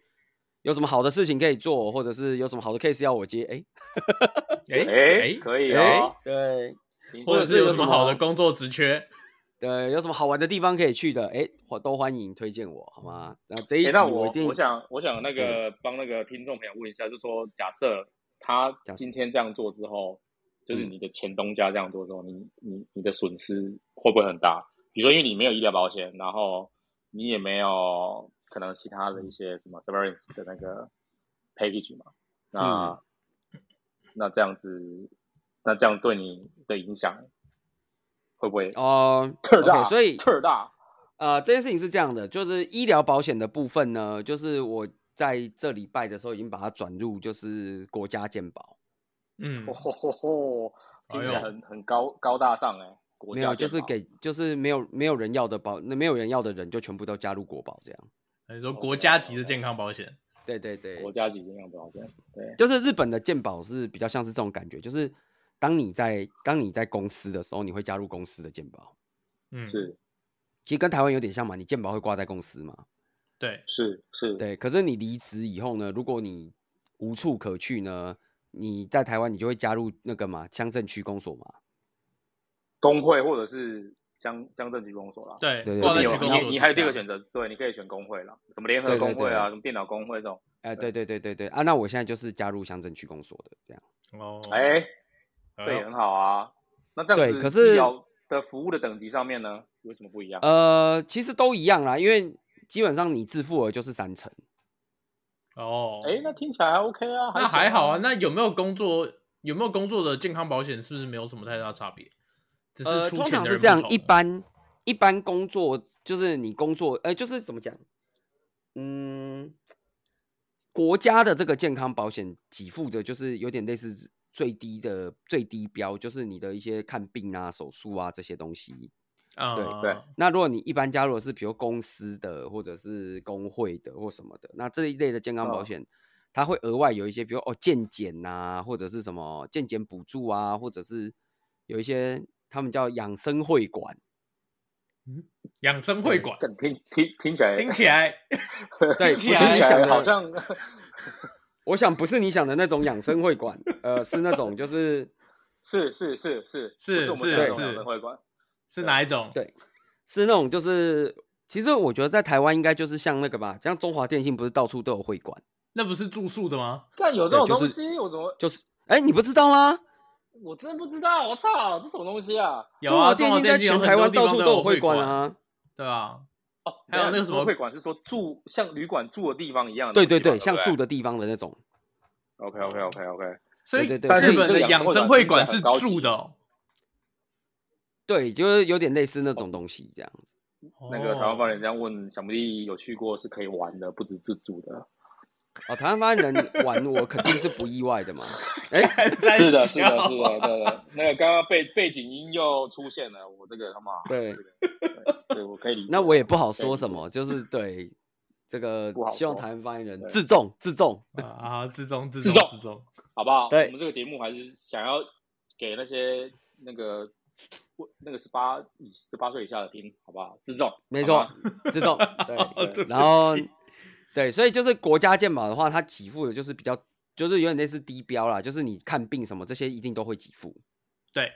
[SPEAKER 2] 有什么好的事情可以做，或者是有什么好的 case 要我接，哎、
[SPEAKER 4] 哎
[SPEAKER 3] 哎，可以哦，
[SPEAKER 2] 对
[SPEAKER 3] 听
[SPEAKER 4] 或者是有什么好的
[SPEAKER 3] 工
[SPEAKER 4] 工作职缺？
[SPEAKER 2] 对，有什么好玩的地方可以去的，哎、我都欢迎推荐我，好吗？那这一集
[SPEAKER 3] 哎那
[SPEAKER 2] 一
[SPEAKER 3] 我
[SPEAKER 2] 定，嗯
[SPEAKER 3] 我想我想那个帮那个听众朋友问一下，就说假设他
[SPEAKER 2] 假设
[SPEAKER 3] 今天这样做之后，就是
[SPEAKER 2] 嗯
[SPEAKER 3] 你的前东家这样做之后，你你你的损失会不会很大？比如说，因为你没有医疗保险，然后你也没有可能其他
[SPEAKER 2] 嗯
[SPEAKER 3] 的一些什么 severance 的那个 package 嘛，那、那这样子，那这样对你的影响会不会
[SPEAKER 2] 哦、
[SPEAKER 3] 特
[SPEAKER 2] o
[SPEAKER 3] 大？
[SPEAKER 2] k 所以
[SPEAKER 3] 特大，
[SPEAKER 2] 呃，这件事情是这样的，就是医疗保险的部分呢，就是我在这礼拜的时候已经把它转入就是国家健保。
[SPEAKER 4] 嗯
[SPEAKER 3] 吼，吼吼吼，哦听起来
[SPEAKER 4] 哎呦
[SPEAKER 3] 很很高高大上哎、国
[SPEAKER 2] 没
[SPEAKER 3] 家
[SPEAKER 2] 有，就
[SPEAKER 3] 健
[SPEAKER 2] 是
[SPEAKER 3] 保
[SPEAKER 2] 给就是没有没有人要的保，那没有人要的人就全部都加入国保这样。
[SPEAKER 4] 你说国家级的健康保险，
[SPEAKER 2] 对对对
[SPEAKER 3] 国，家级健康保险，对，
[SPEAKER 2] 就是日本的健保是比较像是这种感觉，就是当你在当你在公司的时候，你会加入公司的健保，
[SPEAKER 4] 嗯，
[SPEAKER 3] 是
[SPEAKER 2] 其实跟台湾有点像嘛，你健保会挂在公司嘛。
[SPEAKER 4] 对，
[SPEAKER 3] 是是，
[SPEAKER 2] 对，可是你离职以后呢，如果你无处可去呢，你在台湾你就会加入那个嘛乡镇区公所嘛。
[SPEAKER 3] 工会或者是乡乡镇局公所啦。
[SPEAKER 4] 对
[SPEAKER 2] 对对
[SPEAKER 4] 挂
[SPEAKER 3] 你
[SPEAKER 4] 在
[SPEAKER 3] 有
[SPEAKER 4] 去
[SPEAKER 2] 区
[SPEAKER 4] 工
[SPEAKER 3] 你
[SPEAKER 4] 作，
[SPEAKER 3] 你还有第二个选择，对，你可以选工会啦，什么联合
[SPEAKER 2] 对对
[SPEAKER 3] 工会
[SPEAKER 2] 对
[SPEAKER 3] 啊，
[SPEAKER 2] 对
[SPEAKER 3] 什么电脑工会这种。
[SPEAKER 2] 哎、对对对对对啊！那我现在就是加入乡镇区公所的这样。
[SPEAKER 4] 哦，
[SPEAKER 3] 哎，
[SPEAKER 4] 哎呦，
[SPEAKER 3] 这也很好啊。那这样
[SPEAKER 2] 对
[SPEAKER 3] 子，
[SPEAKER 2] 可是
[SPEAKER 3] 医疗的服务的等级上面呢，有什么不一样？
[SPEAKER 2] 呃，其实都一样啦，因为基本上你自付额就是三成。
[SPEAKER 4] 哦，
[SPEAKER 3] 哎，那听起来还 OK 啊，
[SPEAKER 4] 那还
[SPEAKER 3] 行
[SPEAKER 4] 好啊。。那有没有工作？有没有工作的健康保险？是不是没有什么太大差别？只是
[SPEAKER 2] 呃，
[SPEAKER 4] 出
[SPEAKER 2] 通
[SPEAKER 4] 钱
[SPEAKER 2] 常
[SPEAKER 4] 的
[SPEAKER 2] 是
[SPEAKER 4] 人
[SPEAKER 2] 这样
[SPEAKER 4] 不，同
[SPEAKER 2] 一般一般工作就是你工作，呃，就是怎么讲，嗯，国家的这个健康保险给付的，就是有点类似最低的最低标，就是你的一些看病啊、手术啊这些东西。
[SPEAKER 4] 啊，
[SPEAKER 2] 对
[SPEAKER 3] 对
[SPEAKER 2] 那如果你一般加入的是比如公司的或者是工会的或什么的，那这一类的健康
[SPEAKER 4] 嗯
[SPEAKER 2] 保
[SPEAKER 3] 哦
[SPEAKER 2] 险。它会额外有一些，比如哦健检呐，或者是什么健检补助啊，或者是有一些他们叫养生会馆，
[SPEAKER 4] 养生会馆
[SPEAKER 3] 更啊听听听起来，
[SPEAKER 4] 听 起来
[SPEAKER 2] 对，
[SPEAKER 4] 听起
[SPEAKER 2] 不是
[SPEAKER 3] 听
[SPEAKER 4] 来
[SPEAKER 2] 你
[SPEAKER 3] 起
[SPEAKER 2] 想
[SPEAKER 3] 来
[SPEAKER 2] 的，
[SPEAKER 3] 好像
[SPEAKER 2] 我想不是你想的那种养生会馆，呃，是那种就是
[SPEAKER 3] 是是是是
[SPEAKER 4] 是
[SPEAKER 3] 不是我们
[SPEAKER 2] 是
[SPEAKER 3] 想象中
[SPEAKER 4] 是
[SPEAKER 3] 的会管，
[SPEAKER 4] 是哪一种？
[SPEAKER 2] 对是那种就是，其实我觉得在台湾应该就是像那个吧，像中华电信不是到处都有会馆，
[SPEAKER 4] 那不是住宿的吗？
[SPEAKER 3] 但有这种
[SPEAKER 2] 对就
[SPEAKER 3] 东
[SPEAKER 2] 是
[SPEAKER 3] 西，我怎么
[SPEAKER 2] 就是哎、你不知道吗？
[SPEAKER 3] 我真不知道？我操，这什么东西啊？
[SPEAKER 4] 有
[SPEAKER 2] 中
[SPEAKER 4] 啊，
[SPEAKER 2] 华
[SPEAKER 4] 中
[SPEAKER 2] 电
[SPEAKER 4] 华
[SPEAKER 2] 信在
[SPEAKER 4] 信有
[SPEAKER 2] 全
[SPEAKER 4] 很
[SPEAKER 2] 台
[SPEAKER 4] 多
[SPEAKER 2] 湾
[SPEAKER 4] 地
[SPEAKER 2] 到
[SPEAKER 4] 方
[SPEAKER 2] 处
[SPEAKER 4] 都
[SPEAKER 2] 有
[SPEAKER 4] 会
[SPEAKER 2] 馆，啊。
[SPEAKER 4] 对啊，
[SPEAKER 3] 哦，
[SPEAKER 4] 还有
[SPEAKER 3] 等一
[SPEAKER 4] 那
[SPEAKER 3] 下
[SPEAKER 4] 个什么
[SPEAKER 3] 说会馆是说住像旅馆住的地方一样的
[SPEAKER 2] 对
[SPEAKER 3] 地方，
[SPEAKER 2] 对
[SPEAKER 3] 对
[SPEAKER 2] 对，像住的地方的那种，
[SPEAKER 3] OK OK OK OK，
[SPEAKER 4] 所以
[SPEAKER 2] 对对对
[SPEAKER 4] 日本的养生会馆是
[SPEAKER 3] 但是
[SPEAKER 4] 住的哦。
[SPEAKER 2] 对，就是有点类似那种东西这样子。
[SPEAKER 3] 那个台湾
[SPEAKER 4] 哦
[SPEAKER 3] 方人这样问小木弟有去过是可以玩的，不止自助的。
[SPEAKER 2] 哦，台湾发言人玩我肯定是不意外 的嘛。哎、
[SPEAKER 3] 是的，是的，是的，对的。那个刚刚背背景音又出现了，我这个他妈，
[SPEAKER 2] 对，
[SPEAKER 3] 对我可以理解。
[SPEAKER 2] 那我也不好说什么， 就是对这个
[SPEAKER 3] 不好
[SPEAKER 2] 希望
[SPEAKER 3] 说
[SPEAKER 2] 台湾发言人
[SPEAKER 3] 对
[SPEAKER 2] 自重自重。
[SPEAKER 4] 啊啊，自重自
[SPEAKER 3] 自
[SPEAKER 4] 重自
[SPEAKER 3] 重
[SPEAKER 4] 重，
[SPEAKER 3] 好不好？
[SPEAKER 2] 对
[SPEAKER 3] 我们这个节目还是想要给那些那个我那个十八以十八岁以下的听，好不好？自重，
[SPEAKER 2] 没
[SPEAKER 3] 好
[SPEAKER 2] 错
[SPEAKER 3] 吗，
[SPEAKER 2] 自 重。
[SPEAKER 4] 哦
[SPEAKER 2] 对，
[SPEAKER 4] 对不
[SPEAKER 2] 然后
[SPEAKER 4] 起
[SPEAKER 2] 对，所以就是国家健保的话，它给付的就是比较，就是有点类似低标啦，就是你看病什么这些一定都会给付。
[SPEAKER 4] 对，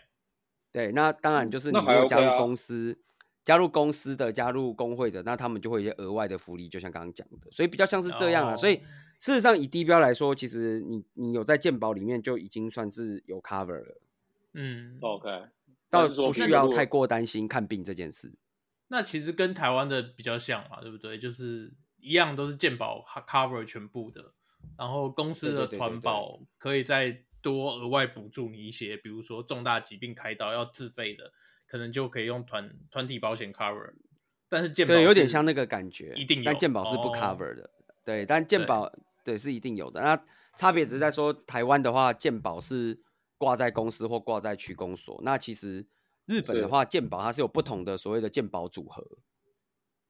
[SPEAKER 2] 对，那当然就是你
[SPEAKER 3] 那
[SPEAKER 2] 如
[SPEAKER 3] 还
[SPEAKER 2] 果
[SPEAKER 3] OK
[SPEAKER 2] 加入
[SPEAKER 3] 啊
[SPEAKER 2] 公司、加入公司的、加入工会的，那他们就会有一些额外的福利，就像刚刚讲的，所以比较像是这样啊。所以
[SPEAKER 4] 哦
[SPEAKER 2] 事实上，以低标来说，其实你你有在健保里面就已经算是有 cover 了，
[SPEAKER 4] 嗯，
[SPEAKER 3] OK，
[SPEAKER 2] 倒
[SPEAKER 3] 但是说
[SPEAKER 2] 不需要太过担心看病这件事。
[SPEAKER 4] 那其实跟台湾的比较像嘛，对不对？就是一样都是健保 cover 全部的，然后公司
[SPEAKER 2] 对
[SPEAKER 4] 的
[SPEAKER 2] 对对对
[SPEAKER 4] 团保可以再多额外补助你一些，比如说重大疾病开刀要自费的，可能就可以用团团体保险 cover。但是健保
[SPEAKER 2] 对，有点
[SPEAKER 4] 是
[SPEAKER 2] 像那个感觉，
[SPEAKER 4] 一定有
[SPEAKER 2] 但健保是不
[SPEAKER 4] 哦
[SPEAKER 2] cover 的，对，但健
[SPEAKER 4] 对
[SPEAKER 2] 保对是一定有的。那差别只是在说，台湾的话，健保是挂在公司或挂在区公所，那其实日本
[SPEAKER 3] 是
[SPEAKER 2] 的话，健保它是有不同的所谓的健保组合，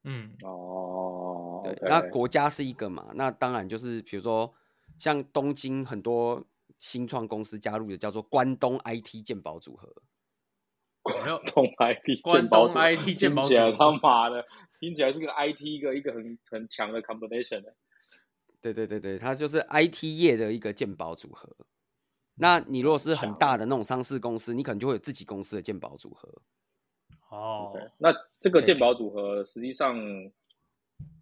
[SPEAKER 4] 嗯
[SPEAKER 3] 哦，
[SPEAKER 2] 对
[SPEAKER 3] OK
[SPEAKER 2] 那国家是一个嘛，那当然就是比如说像东京很多新创公司加入的叫做关东 IT 健保组合，
[SPEAKER 4] 没有
[SPEAKER 3] 东 IT
[SPEAKER 4] 关
[SPEAKER 3] 鉴宝
[SPEAKER 4] 东
[SPEAKER 3] 组
[SPEAKER 4] IT 健保
[SPEAKER 3] 听
[SPEAKER 4] 组
[SPEAKER 3] 起来他
[SPEAKER 4] 合
[SPEAKER 3] 妈的，听起来是个 IT 一个一个很很强的 combination 欸
[SPEAKER 2] 对对对对，它就是 IT 业的一个鉴宝组合。那
[SPEAKER 3] 嗯
[SPEAKER 2] 你如果是很大的那种上市公司，你可能就会有自己公司的鉴宝组合。
[SPEAKER 4] 哦
[SPEAKER 3] OK，那这个
[SPEAKER 2] 对
[SPEAKER 3] 鉴宝组合实际上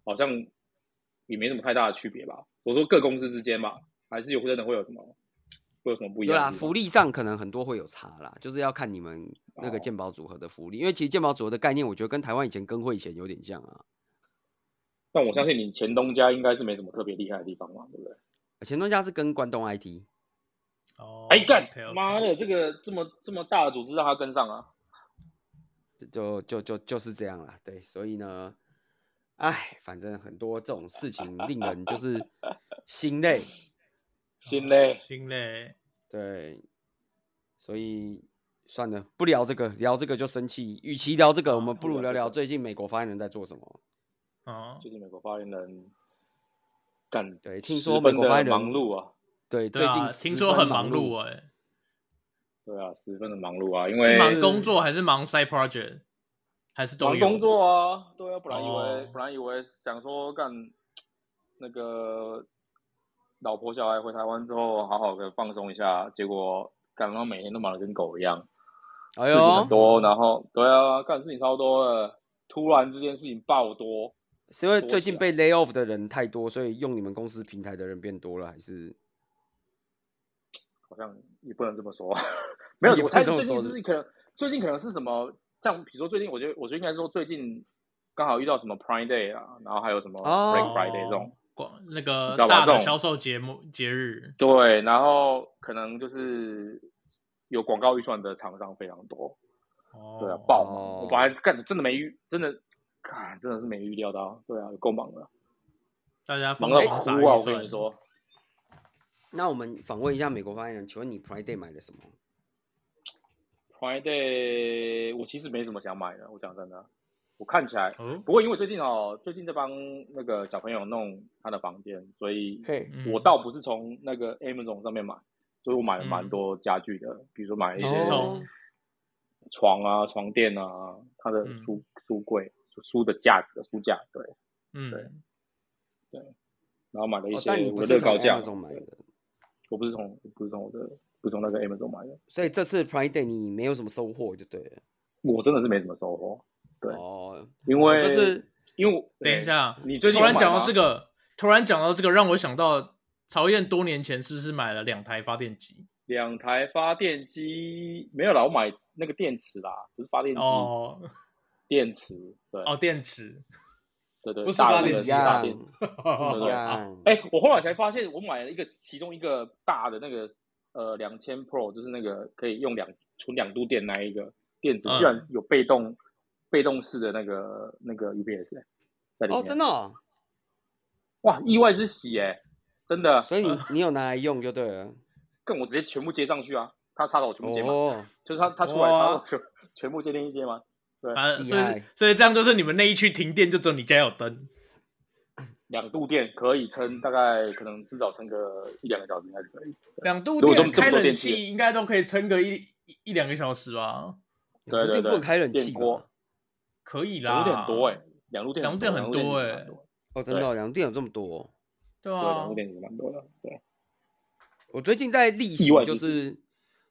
[SPEAKER 3] 好像也没什么太大的区别吧？我说各公司之间吧，还是有真的会有什么会有什么不一
[SPEAKER 2] 对
[SPEAKER 3] 样
[SPEAKER 2] 啦，
[SPEAKER 3] 的地方？
[SPEAKER 2] 福利上可能很多会有差啦，就是要看你们那个
[SPEAKER 3] 哦
[SPEAKER 2] 鉴宝组合的福利，因为其实鉴宝组合的概念，我觉得跟台湾以前跟会以前有点像啊。
[SPEAKER 3] 但我相信你前东家应该是没什么特别厉害的地方嘛，对不对？
[SPEAKER 2] 前东家是跟关东 IT，
[SPEAKER 4] 哦，
[SPEAKER 3] 哎、干
[SPEAKER 4] OK，OK
[SPEAKER 3] 妈的，这个这么这么大的组织让他跟上啊！
[SPEAKER 2] 就就就就是这样啦。对，所以呢，哎，反正很多这种事情令人就是心累。
[SPEAKER 3] 心累
[SPEAKER 4] 哦，心累，
[SPEAKER 2] 对，所以算了，不聊这个，聊这个就生气。与其聊这个，我们不
[SPEAKER 3] 不
[SPEAKER 2] 如聊
[SPEAKER 3] 聊这
[SPEAKER 2] 聊
[SPEAKER 3] 个
[SPEAKER 2] 最近美国发言人在做什么。
[SPEAKER 4] 哦，
[SPEAKER 3] 最近美国发言人干
[SPEAKER 2] 对听说
[SPEAKER 3] 十分
[SPEAKER 2] 美国发言
[SPEAKER 3] 的
[SPEAKER 2] 人
[SPEAKER 3] 忙碌啊，
[SPEAKER 4] 对
[SPEAKER 2] 对，最近
[SPEAKER 4] 啊，听
[SPEAKER 2] 十
[SPEAKER 4] 说
[SPEAKER 2] 分
[SPEAKER 4] 很
[SPEAKER 2] 忙
[SPEAKER 4] 碌
[SPEAKER 2] 碌，
[SPEAKER 4] 哎，
[SPEAKER 3] 对啊，十分的忙碌啊，因
[SPEAKER 4] 是
[SPEAKER 3] 为
[SPEAKER 4] 忙工作还是忙 side project，还是都
[SPEAKER 3] 忙
[SPEAKER 4] 有
[SPEAKER 3] 工作啊，对啊，本来以为、
[SPEAKER 4] 哦
[SPEAKER 3] 本来以为想说干那个老婆小孩回台湾之后好好的放松一下，结果干到每天都忙得跟狗一样，
[SPEAKER 2] 哎
[SPEAKER 3] 事情很
[SPEAKER 2] 呦，
[SPEAKER 3] 多，然后对啊，干事情超多的，突然之间事情爆多，
[SPEAKER 2] 是因为
[SPEAKER 3] 多
[SPEAKER 2] 最
[SPEAKER 3] 起
[SPEAKER 2] 近
[SPEAKER 3] 来
[SPEAKER 2] 被 lay off 的人太多，所以用你们公司平台的人变多了，还是
[SPEAKER 3] 好像也不能这么说， 没有
[SPEAKER 2] 啊也，不
[SPEAKER 3] 我猜
[SPEAKER 2] 能这么
[SPEAKER 3] 最近
[SPEAKER 2] 说
[SPEAKER 3] 是不
[SPEAKER 2] 是
[SPEAKER 3] 是可能最近可能是什么，像比如说最近，我觉得我觉得应该说最近刚好遇到什么 Prime Day 啊，然后还有什么
[SPEAKER 2] 哦
[SPEAKER 3] Black Friday 这种。
[SPEAKER 4] 广那个
[SPEAKER 3] 知道吧
[SPEAKER 4] 大
[SPEAKER 3] 这
[SPEAKER 4] 的
[SPEAKER 3] 种
[SPEAKER 4] 销售节目节日，
[SPEAKER 3] 对，然后可能就是有广告预算的厂商非常多，
[SPEAKER 4] 哦，
[SPEAKER 3] 对啊，爆忙。
[SPEAKER 2] 哦
[SPEAKER 3] 我本来干真的没预，真的，看真的是没预料到，对啊，有够忙了，
[SPEAKER 4] 大家疯
[SPEAKER 3] 忙到
[SPEAKER 2] 哎
[SPEAKER 4] 狂
[SPEAKER 3] 哭
[SPEAKER 4] 撒
[SPEAKER 3] 啊！
[SPEAKER 4] 预
[SPEAKER 3] 我跟
[SPEAKER 4] 算
[SPEAKER 3] 你，说，
[SPEAKER 2] 那我们访问一下美国发言人，请问你 Prime Day 买了什么？
[SPEAKER 3] Friday，我其实没什么想买的，我讲真的，我看起来，
[SPEAKER 4] 哦，
[SPEAKER 3] 不过因为最近哦，最近在帮那个小朋友弄他的房间，所以
[SPEAKER 2] 嘿
[SPEAKER 4] 嗯
[SPEAKER 3] 我倒不是从那个 Amazon 上面买，所以我买了蛮
[SPEAKER 4] 嗯
[SPEAKER 3] 多家具的，比如说买了一
[SPEAKER 4] 你是
[SPEAKER 3] 些
[SPEAKER 4] 从
[SPEAKER 2] 哦
[SPEAKER 3] 床啊、床垫啊，它的
[SPEAKER 4] 嗯
[SPEAKER 3] 书、书柜、书的架子、书架，对，对
[SPEAKER 4] 嗯，
[SPEAKER 3] 然后买了一
[SPEAKER 2] 哦，
[SPEAKER 3] 些
[SPEAKER 2] 但你
[SPEAKER 3] 我
[SPEAKER 2] 不
[SPEAKER 3] 的
[SPEAKER 2] 是
[SPEAKER 3] 乐
[SPEAKER 2] 从
[SPEAKER 3] 高架嘛，
[SPEAKER 2] Amazon 买的
[SPEAKER 3] 我不是从不是从我的不是从那个 Amazon 买的。
[SPEAKER 2] 所以这次 Prime Day 你没有什么收获就对了。
[SPEAKER 3] 我真的是没什么收获，对
[SPEAKER 2] 哦，
[SPEAKER 3] 因为
[SPEAKER 2] 这次
[SPEAKER 3] 因为我哎
[SPEAKER 4] 等一，下，
[SPEAKER 3] 你最近
[SPEAKER 4] 突
[SPEAKER 3] 有
[SPEAKER 4] 然
[SPEAKER 3] 买
[SPEAKER 4] 讲
[SPEAKER 3] 吗
[SPEAKER 4] 到这个，突然讲到这个，让我想到曹燕多年前是不是买了两台发电机？
[SPEAKER 3] 对两台发电机没有啦，我买那个电池啦，不是发电机，
[SPEAKER 4] 哦
[SPEAKER 3] 电池，对，
[SPEAKER 4] 哦，电池。
[SPEAKER 3] 对对，
[SPEAKER 4] 不是
[SPEAKER 3] 大
[SPEAKER 4] 发
[SPEAKER 3] 的
[SPEAKER 4] 电
[SPEAKER 2] 一
[SPEAKER 4] 机啊
[SPEAKER 3] 大
[SPEAKER 2] 样
[SPEAKER 3] 电
[SPEAKER 2] 不一
[SPEAKER 3] 对
[SPEAKER 2] 样，
[SPEAKER 3] 哎、我后来才发现，我买了一个其中一个大的那个呃两千 Pro，就是那个可以用两存两度电那一个电子，
[SPEAKER 4] 嗯
[SPEAKER 3] 居然有被动被动式的那个那个 UPS 欸在里面。
[SPEAKER 2] 哦，真的哦，
[SPEAKER 3] 哇，意外之喜哎、真的，
[SPEAKER 2] 所以你你有拿来用就对 了。
[SPEAKER 3] 跟我直接全部接上去啊，他插到我全部接满，
[SPEAKER 2] 哦，
[SPEAKER 3] 就是他他出来插
[SPEAKER 4] 哇
[SPEAKER 3] 到我全全部接电一接满。
[SPEAKER 4] 啊，
[SPEAKER 2] 厉
[SPEAKER 4] 所以
[SPEAKER 2] 害
[SPEAKER 4] 所以这样就是你们那一区停电就只有你家有灯，
[SPEAKER 3] 两度电可以撑，大概可能至少撑个一两个小时应该是可以。
[SPEAKER 4] 两度
[SPEAKER 3] 如果这
[SPEAKER 4] 电
[SPEAKER 3] 么这么
[SPEAKER 4] 开
[SPEAKER 3] 多
[SPEAKER 4] 冷
[SPEAKER 3] 电器
[SPEAKER 4] 气应该都可以撑个一一一两个小时吧，
[SPEAKER 3] 对对
[SPEAKER 2] 一定不能
[SPEAKER 3] 对，
[SPEAKER 2] 开冷
[SPEAKER 3] 电
[SPEAKER 2] 气吧？
[SPEAKER 3] 波
[SPEAKER 4] 可以
[SPEAKER 3] 两
[SPEAKER 4] 啦，
[SPEAKER 3] 度电很多哎、两度电
[SPEAKER 4] 两度电很多
[SPEAKER 3] 哎、
[SPEAKER 4] 欸
[SPEAKER 2] 哦，真的哦，两电有这么多哦。
[SPEAKER 4] 对
[SPEAKER 3] 对，
[SPEAKER 4] 啊
[SPEAKER 3] 两，点也蛮多的。
[SPEAKER 2] 啊
[SPEAKER 3] 对，
[SPEAKER 2] 我最近在例
[SPEAKER 3] 意
[SPEAKER 2] 行，
[SPEAKER 3] 外
[SPEAKER 2] 就
[SPEAKER 3] 之喜
[SPEAKER 2] 是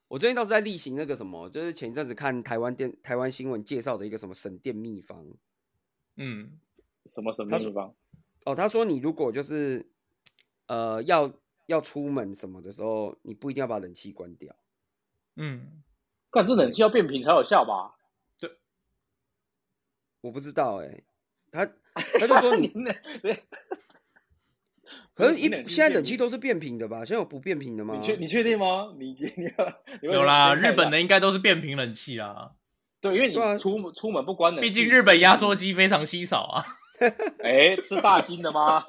[SPEAKER 2] 我最近倒是在例行那个什么，就是前一阵子看台湾电台湾新闻介绍的一个什么省电秘方
[SPEAKER 4] 嗯，
[SPEAKER 3] 什么什么
[SPEAKER 2] 他说
[SPEAKER 3] 地方？
[SPEAKER 2] 哦，他说你如果就是呃要要出门什么的时候，你不一定要把冷气关掉。
[SPEAKER 4] 嗯，
[SPEAKER 3] 干这冷气要变频才有效吧？
[SPEAKER 2] 我不知道哎、 他他就说你，
[SPEAKER 3] 那
[SPEAKER 2] 可是一
[SPEAKER 3] 你冷气
[SPEAKER 2] 现在
[SPEAKER 3] 变
[SPEAKER 2] 冷
[SPEAKER 3] 频
[SPEAKER 2] 气都是变频的吧？现在有不变频的吗？
[SPEAKER 3] 你确你确定吗？你你你 你
[SPEAKER 4] 有啦，日
[SPEAKER 3] 你看一下
[SPEAKER 4] 本的应该都是变频冷气啦，
[SPEAKER 3] 对，因为你
[SPEAKER 2] 对啊
[SPEAKER 3] 出门出门不关冷气，
[SPEAKER 4] 毕竟日本压缩机非常稀少啊，
[SPEAKER 3] 哎是大金的吗？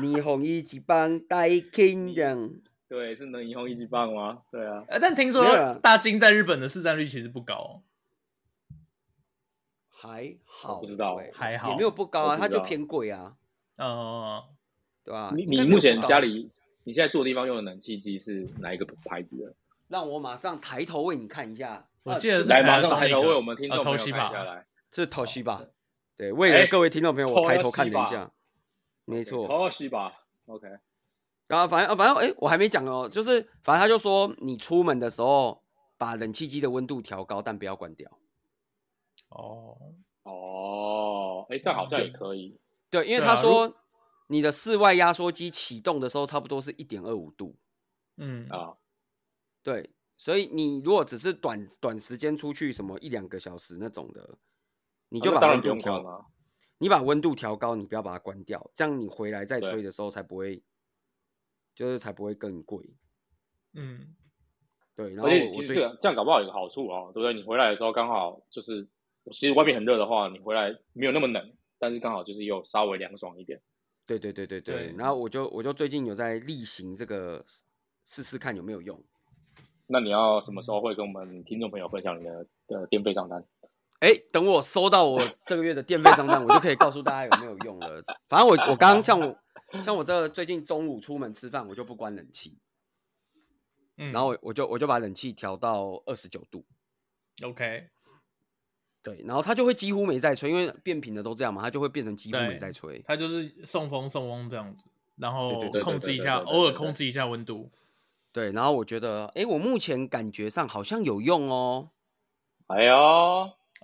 [SPEAKER 2] 霓虹一级棒带 king 这样，
[SPEAKER 3] 对，是能一红一级棒吗？对啊，
[SPEAKER 4] 呃但听
[SPEAKER 2] 没有啦
[SPEAKER 4] 说大金在日本的市占率其实不高，
[SPEAKER 2] 还好，
[SPEAKER 3] 不知道
[SPEAKER 2] 喂
[SPEAKER 4] 还
[SPEAKER 2] 也
[SPEAKER 4] 好
[SPEAKER 2] 没有不高
[SPEAKER 3] 我
[SPEAKER 2] 啊，
[SPEAKER 3] 不
[SPEAKER 2] 它
[SPEAKER 3] 知
[SPEAKER 2] 就
[SPEAKER 3] 道
[SPEAKER 2] 偏贵啊，
[SPEAKER 4] 嗯，
[SPEAKER 2] 对吧、
[SPEAKER 3] 你
[SPEAKER 2] 啊应该没
[SPEAKER 3] 你
[SPEAKER 2] 有
[SPEAKER 3] 目
[SPEAKER 2] 不
[SPEAKER 3] 前
[SPEAKER 2] 高
[SPEAKER 3] 家里你现在住的地方用的冷气机是哪一个牌子的？
[SPEAKER 2] 让我马上抬头为你看一下。
[SPEAKER 4] 我
[SPEAKER 2] 啊
[SPEAKER 4] 记得
[SPEAKER 2] 是
[SPEAKER 4] 是啊
[SPEAKER 3] 来，
[SPEAKER 4] 来
[SPEAKER 3] 马
[SPEAKER 4] 马
[SPEAKER 3] 上
[SPEAKER 4] 上
[SPEAKER 3] 抬
[SPEAKER 4] 抬
[SPEAKER 3] 头
[SPEAKER 4] 头
[SPEAKER 3] 为
[SPEAKER 4] 为
[SPEAKER 3] 我
[SPEAKER 4] 我
[SPEAKER 3] 们
[SPEAKER 4] 们
[SPEAKER 3] 听
[SPEAKER 4] 听
[SPEAKER 3] 众
[SPEAKER 4] 众
[SPEAKER 3] 朋
[SPEAKER 4] 朋友
[SPEAKER 3] 友看
[SPEAKER 4] 看
[SPEAKER 3] 一
[SPEAKER 4] 一
[SPEAKER 3] 下
[SPEAKER 4] 下
[SPEAKER 3] 来。
[SPEAKER 2] 是头须吧？对，为了
[SPEAKER 3] 哎
[SPEAKER 2] 各位听众朋友，我抬头看了一下，没错。
[SPEAKER 3] 哦，西吧，OK，
[SPEAKER 2] 然后反正啊，反正哎、我还没讲哦，就是反正他就说，你出门的时候把冷气机的温度调高，但不要关掉。
[SPEAKER 4] 哦，
[SPEAKER 3] 哦，哎，这样好像也可以。
[SPEAKER 2] 对，因为
[SPEAKER 4] 对
[SPEAKER 2] 他
[SPEAKER 4] 啊如
[SPEAKER 2] 说、你的室外压缩机启动的时候差不多是一点二五度，
[SPEAKER 4] 嗯，
[SPEAKER 3] 啊，
[SPEAKER 2] 对，所以你如果只是短短时间出去什么一两个小时那种的，你
[SPEAKER 3] 你
[SPEAKER 2] 就把
[SPEAKER 3] 啊当
[SPEAKER 2] 温
[SPEAKER 3] 然
[SPEAKER 2] 度
[SPEAKER 3] 不用
[SPEAKER 2] 调
[SPEAKER 3] 管，了。啊
[SPEAKER 2] 你把温度调高，你不要把它关掉，这样你回来再
[SPEAKER 3] 对
[SPEAKER 2] 吹的时候才不会，就是才不会更贵。
[SPEAKER 4] 嗯，
[SPEAKER 2] 对，然后
[SPEAKER 3] 而且
[SPEAKER 2] 我
[SPEAKER 3] 其
[SPEAKER 2] 我
[SPEAKER 3] 实
[SPEAKER 2] 最
[SPEAKER 3] 这个这样搞不好有个好处哦，对不对？你回来的时候刚好就是，其实外面很热的话，你回来没有那么冷，但是刚好就是有稍微凉爽一点。
[SPEAKER 2] 对对对对对，
[SPEAKER 4] 对
[SPEAKER 2] 然后我就我就最近有在例行这个试试试看有没有用。
[SPEAKER 3] 那你要什么时候会跟我们听众朋友分享你的的电费账单？
[SPEAKER 2] 哎，等我收到我这个月的电费账单，我就可以告诉大家有没有用了。反正我我刚刚像我像我这最近中午出门吃饭，我就不关冷气，
[SPEAKER 4] 嗯
[SPEAKER 2] 然后我我就我就把冷气调到二十九度，
[SPEAKER 4] OK，
[SPEAKER 2] 对，然后它就会几乎没在吹，因为变频的都这样嘛，它就会变成几乎没
[SPEAKER 4] 对
[SPEAKER 2] 在吹。
[SPEAKER 4] 它就是送风送风这样子，然
[SPEAKER 2] 对
[SPEAKER 4] 后
[SPEAKER 2] 对对
[SPEAKER 4] 控制一下，
[SPEAKER 3] 对对对对对
[SPEAKER 4] 偶尔控制一下温度，
[SPEAKER 2] 对，然后我觉得，哎，我目前感觉上好像有用哦。
[SPEAKER 3] 哎呦，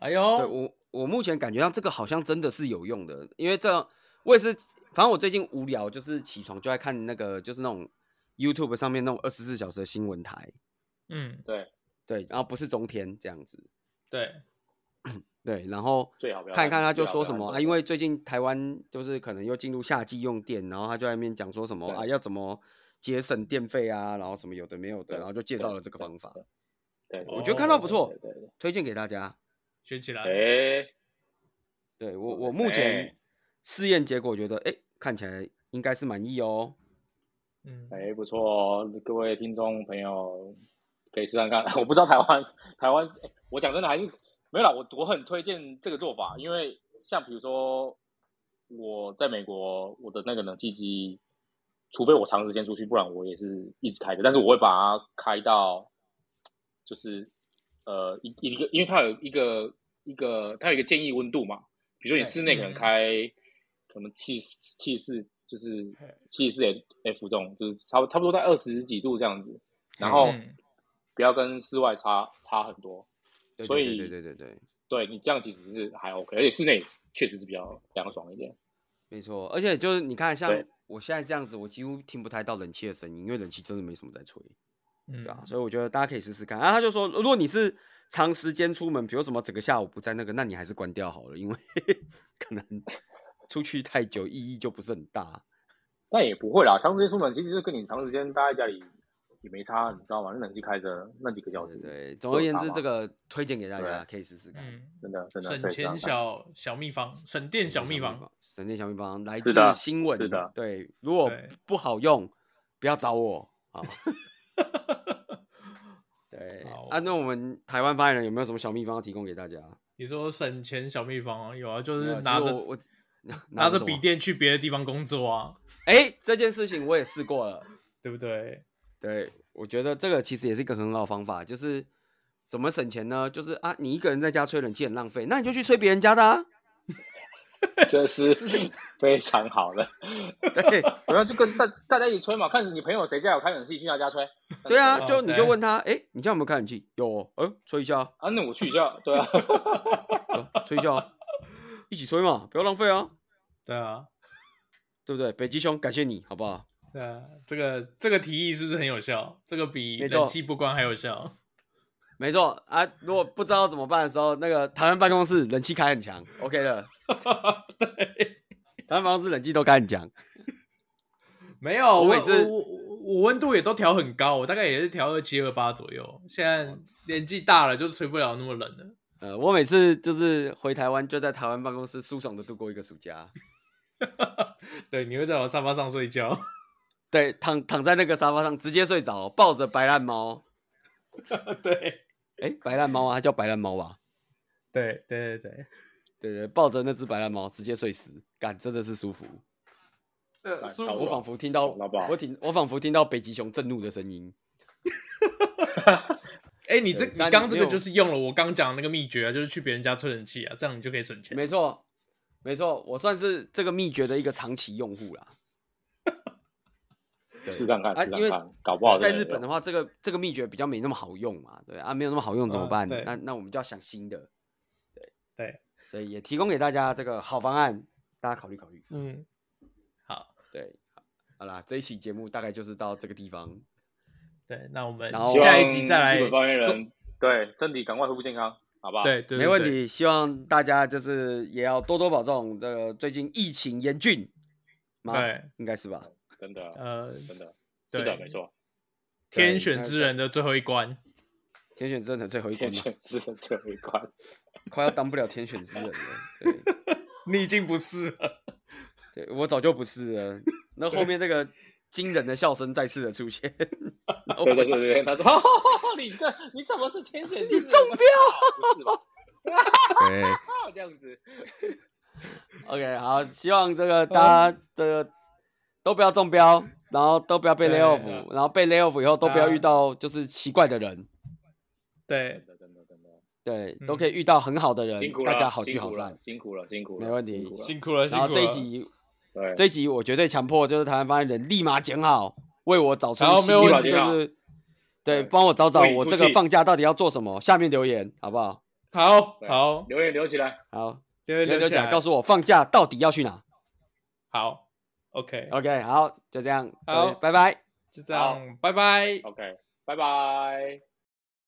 [SPEAKER 4] 哎
[SPEAKER 2] 对
[SPEAKER 4] 呦，
[SPEAKER 2] 我，我目前感觉到这个好像真的是有用的，因为这我也是，反正我最近无聊，就是起床就在看那个，就是那种 YouTube 上面那种二十四小时的新闻台，
[SPEAKER 4] 嗯，
[SPEAKER 2] 对，然后不是中天这样子，
[SPEAKER 4] 对，
[SPEAKER 2] 对，然后
[SPEAKER 3] 最好不要
[SPEAKER 2] 看一看
[SPEAKER 3] 按
[SPEAKER 2] 他就
[SPEAKER 3] 最好
[SPEAKER 2] 说
[SPEAKER 3] 不要
[SPEAKER 2] 什么
[SPEAKER 3] 按
[SPEAKER 2] 啊，
[SPEAKER 3] 这
[SPEAKER 2] 因
[SPEAKER 3] 个
[SPEAKER 2] 为最近台湾就是可能又进入夏季用电，然后他就在那边讲说什么
[SPEAKER 3] 对
[SPEAKER 2] 啊要怎么节省电费啊，然后什么有的没有的，
[SPEAKER 3] 对
[SPEAKER 2] 然后就介
[SPEAKER 3] 对
[SPEAKER 2] 绍了这个
[SPEAKER 3] 对
[SPEAKER 2] 方法，
[SPEAKER 3] 对，
[SPEAKER 4] 我
[SPEAKER 3] 对
[SPEAKER 4] 觉得看到
[SPEAKER 2] 不错
[SPEAKER 3] 对对对
[SPEAKER 2] 推荐给大家。
[SPEAKER 4] 学起来，
[SPEAKER 3] 对，哎，
[SPEAKER 2] 对我
[SPEAKER 3] 错
[SPEAKER 2] 我
[SPEAKER 3] 的
[SPEAKER 2] 目前
[SPEAKER 3] 哎
[SPEAKER 2] 试验结果觉得，哎，看起来应该是满意哦。
[SPEAKER 4] 嗯，
[SPEAKER 3] 哎，不错哦，各位听众朋友可以试看 看。我不知道台湾，台湾，哎我讲真的还是没有啦。我我很推荐这个做法，因为像比如说我在美国，我的那个冷气机，除非我长时间出去，不然我也是一直开着，但是我会把它开到就是呃一一个，因为它有一个一个它有一个建议温度嘛，比如说你
[SPEAKER 4] 对
[SPEAKER 3] 室内可能
[SPEAKER 4] 嗯
[SPEAKER 3] 开可能气气势就是气势 F 这种，就是差不差不多在二十几度这样子。然
[SPEAKER 2] 哦
[SPEAKER 3] 后
[SPEAKER 1] 嗯
[SPEAKER 3] 不要跟室外差差很多。
[SPEAKER 2] 对
[SPEAKER 3] 所以
[SPEAKER 2] 对对对对对，
[SPEAKER 3] 对你这样其实是还 OK，而且室内确实是比较凉爽一点。
[SPEAKER 2] 没错。而且就是你看，像
[SPEAKER 3] 对
[SPEAKER 2] 我现在这样子，我几乎听不太到冷气的声音，因为冷气真的没什么在吹，
[SPEAKER 1] 嗯
[SPEAKER 2] 对啊。所以我觉得大家可以试试看。然、后他就说，如果你是长时间出门，比如什么整个下午不在那个，那你还是关掉好了，因为 可能出去太久意义就不是很大。
[SPEAKER 3] 但也不会啦，长时间出门其实就跟你长时间待在家里也没差，你知道吗？那冷气开着那几个小时
[SPEAKER 2] 对，对，总而言之，
[SPEAKER 3] 差
[SPEAKER 2] 这
[SPEAKER 3] 嘛
[SPEAKER 2] 个推荐给大家
[SPEAKER 3] 对
[SPEAKER 2] 可以试试看。
[SPEAKER 4] 嗯，
[SPEAKER 3] 真的真的
[SPEAKER 4] 省
[SPEAKER 3] 可以这样
[SPEAKER 4] 钱
[SPEAKER 3] 看。
[SPEAKER 4] 小小秘方，省电小秘方，，
[SPEAKER 2] 省电小秘方来
[SPEAKER 3] 是
[SPEAKER 2] 自
[SPEAKER 3] 的
[SPEAKER 2] 新闻，
[SPEAKER 3] 是的
[SPEAKER 2] 对，如果
[SPEAKER 4] 对
[SPEAKER 2] 不好用，不要找我 啊。好对
[SPEAKER 4] 好
[SPEAKER 2] 啊，那我们台湾发言人有没有什么小秘方要提供给大家？
[SPEAKER 4] 你说省钱小秘方啊，有啊，就
[SPEAKER 2] 没有
[SPEAKER 4] 是
[SPEAKER 2] 其
[SPEAKER 4] 拿
[SPEAKER 2] 实
[SPEAKER 4] 着
[SPEAKER 2] 我 我
[SPEAKER 4] 拿着
[SPEAKER 2] 什么
[SPEAKER 4] 笔，电去别的地方工作啊，
[SPEAKER 2] 哎，这件事情我也试过了。
[SPEAKER 4] 对不对？
[SPEAKER 2] 对，我觉得这个其实也是一个很好的方法，就是怎么省钱呢？就是啊，你一个人在家吹冷气很浪费，那你就去吹别人家的啊。
[SPEAKER 3] 这 是 非常好的，
[SPEAKER 2] 对。
[SPEAKER 3] 然后就跟大大家一起吹嘛，看你朋友谁家有开冷气，去他家吹。
[SPEAKER 2] 对啊，
[SPEAKER 4] 哦
[SPEAKER 2] 就你就
[SPEAKER 4] 对
[SPEAKER 2] 问他，哎、你家有没有开冷气？有、哦，呃，吹一下啊，
[SPEAKER 3] 啊，那我去一下，对啊，
[SPEAKER 2] 呃吹一下啊，一起吹嘛，不要浪费啊，
[SPEAKER 4] 对啊，
[SPEAKER 2] 对不对？北极熊，感谢你好不好？
[SPEAKER 4] 对啊，这个这个提议是不是很有效？这个比
[SPEAKER 2] 没错
[SPEAKER 4] 冷气不关还有 效。
[SPEAKER 2] 没错啊，如果不知道怎么办的时候，那个台湾办公室冷气开很强，OK 的，
[SPEAKER 4] 对，
[SPEAKER 2] 台湾办公室冷气都开很强，
[SPEAKER 4] 没有，我
[SPEAKER 2] 我也是
[SPEAKER 4] 我我我温度也都调很高，我大概也是调二七二八左右。现在年纪大了，就吹不了那么冷了。
[SPEAKER 2] 呃，我每次就是回台湾，就在台湾办公室舒爽的度过一个暑假，
[SPEAKER 4] 对，你会在我沙发上睡觉。
[SPEAKER 2] 对，躺躺在那个沙发上直接睡着，抱着白烂猫，
[SPEAKER 4] 对
[SPEAKER 2] 哎、白烂猫啊，它叫白烂猫吧？
[SPEAKER 4] 对对对对，
[SPEAKER 2] 对对，抱着那只白烂猫直接睡死，干真的是舒服。
[SPEAKER 4] 呃，舒
[SPEAKER 3] 差
[SPEAKER 4] 服
[SPEAKER 2] 我
[SPEAKER 3] 不多
[SPEAKER 2] 仿佛听到，
[SPEAKER 3] 懂了吧
[SPEAKER 2] 我听，我仿佛听到北极熊震怒的声音。
[SPEAKER 4] 哎、你这
[SPEAKER 2] 对
[SPEAKER 4] 你
[SPEAKER 2] 但你
[SPEAKER 4] 刚这
[SPEAKER 2] 没
[SPEAKER 4] 个
[SPEAKER 2] 有
[SPEAKER 4] 就是用了我刚讲的那个秘诀啊，就是去别人家吹冷气啊，这样你就可以省钱。
[SPEAKER 2] 没错，没错，我算是这个秘诀的一个长期用户啦。对
[SPEAKER 3] 试看看，
[SPEAKER 2] 啊
[SPEAKER 3] 试
[SPEAKER 2] 因为
[SPEAKER 3] 看看，搞不好
[SPEAKER 2] 在
[SPEAKER 3] 真
[SPEAKER 2] 日本的
[SPEAKER 3] 有
[SPEAKER 2] 话，这个这个秘诀比较没那么好用嘛，对啊，没有那么好用怎么
[SPEAKER 4] 嗯
[SPEAKER 2] 办？
[SPEAKER 4] 对
[SPEAKER 2] 那那我们就要想新的，
[SPEAKER 4] 对，
[SPEAKER 2] 所以也提供给大家这个好方案，大家考虑考虑。
[SPEAKER 4] 嗯，好，
[SPEAKER 2] 对，好好啦，这一期节目大概就是到这个地方。
[SPEAKER 4] 对，那我们
[SPEAKER 2] 然后
[SPEAKER 3] 希望
[SPEAKER 4] 下一集再来
[SPEAKER 3] 日。本发言人对身体赶快恢复健康，好不好？
[SPEAKER 4] 对，对，
[SPEAKER 2] 没问
[SPEAKER 4] 对。
[SPEAKER 2] 题，希望大家就是也要多多保重。这个最近疫情严峻嘛，
[SPEAKER 4] 对，
[SPEAKER 2] 应该是吧？
[SPEAKER 3] 真的
[SPEAKER 4] 呃，
[SPEAKER 3] 真的是的，没
[SPEAKER 4] 对，
[SPEAKER 3] 错，
[SPEAKER 4] 天
[SPEAKER 2] 那
[SPEAKER 4] 选之人的最后一关，
[SPEAKER 2] 天选之人的最后一
[SPEAKER 3] 天
[SPEAKER 2] 关，
[SPEAKER 3] 选之人最为关。
[SPEAKER 2] 快要当不了天选之人了。对，
[SPEAKER 4] 你已经不是了。
[SPEAKER 2] 对我早就不是了。那后面那个惊人的笑声再次的出现， ，Oh
[SPEAKER 3] 对 对对对，对他说：“ 你这你怎么是天选之人？
[SPEAKER 2] 你中
[SPEAKER 3] 标不 是吧？
[SPEAKER 2] 对
[SPEAKER 3] 啊这样子，
[SPEAKER 2] ，OK，好，希望这个大家这个都不要中标，然后都不要被
[SPEAKER 4] 对
[SPEAKER 2] lay
[SPEAKER 4] 对
[SPEAKER 2] off，然后被 lay off 以后都不要
[SPEAKER 4] 大家
[SPEAKER 2] 遇到就是奇怪的人，
[SPEAKER 4] 对
[SPEAKER 3] 真，的真的真的，
[SPEAKER 2] 对，
[SPEAKER 4] 嗯
[SPEAKER 2] 都可以遇到很好的
[SPEAKER 3] 辛
[SPEAKER 2] 人
[SPEAKER 3] 苦，了，
[SPEAKER 2] 嗯大家好聚
[SPEAKER 3] 辛
[SPEAKER 2] 好
[SPEAKER 3] 苦了
[SPEAKER 2] 散。
[SPEAKER 3] 辛苦了，辛苦了，
[SPEAKER 2] 没问题
[SPEAKER 3] 辛苦了
[SPEAKER 4] 辛苦了，辛
[SPEAKER 2] 然
[SPEAKER 4] 苦
[SPEAKER 2] 后
[SPEAKER 4] 了。
[SPEAKER 2] 这一集，
[SPEAKER 3] 对，
[SPEAKER 2] 这一集我绝对强迫就是台湾发言人立马剪好，为我找出
[SPEAKER 4] 好
[SPEAKER 2] 新
[SPEAKER 4] 没有
[SPEAKER 2] 的
[SPEAKER 3] 问题
[SPEAKER 2] 就
[SPEAKER 3] 啊
[SPEAKER 2] 是对，
[SPEAKER 3] 对
[SPEAKER 2] 帮我找找
[SPEAKER 3] 为你
[SPEAKER 2] 我
[SPEAKER 3] 出
[SPEAKER 2] 这个
[SPEAKER 3] 气
[SPEAKER 2] 放假到底要做什么，下面留言好不好？
[SPEAKER 4] 好
[SPEAKER 3] 对
[SPEAKER 4] 好，
[SPEAKER 3] 留言留起来，
[SPEAKER 2] 好，
[SPEAKER 4] 留
[SPEAKER 2] 留
[SPEAKER 4] 言
[SPEAKER 2] 留
[SPEAKER 4] 留
[SPEAKER 2] 起
[SPEAKER 4] 起
[SPEAKER 2] 来，
[SPEAKER 4] 来，
[SPEAKER 2] 告诉我放假到底要去哪。
[SPEAKER 4] 好，OK，
[SPEAKER 2] OK，好，就这样，各位
[SPEAKER 4] 好
[SPEAKER 2] 拜拜。
[SPEAKER 4] 就这样，拜拜。
[SPEAKER 3] OK，拜拜。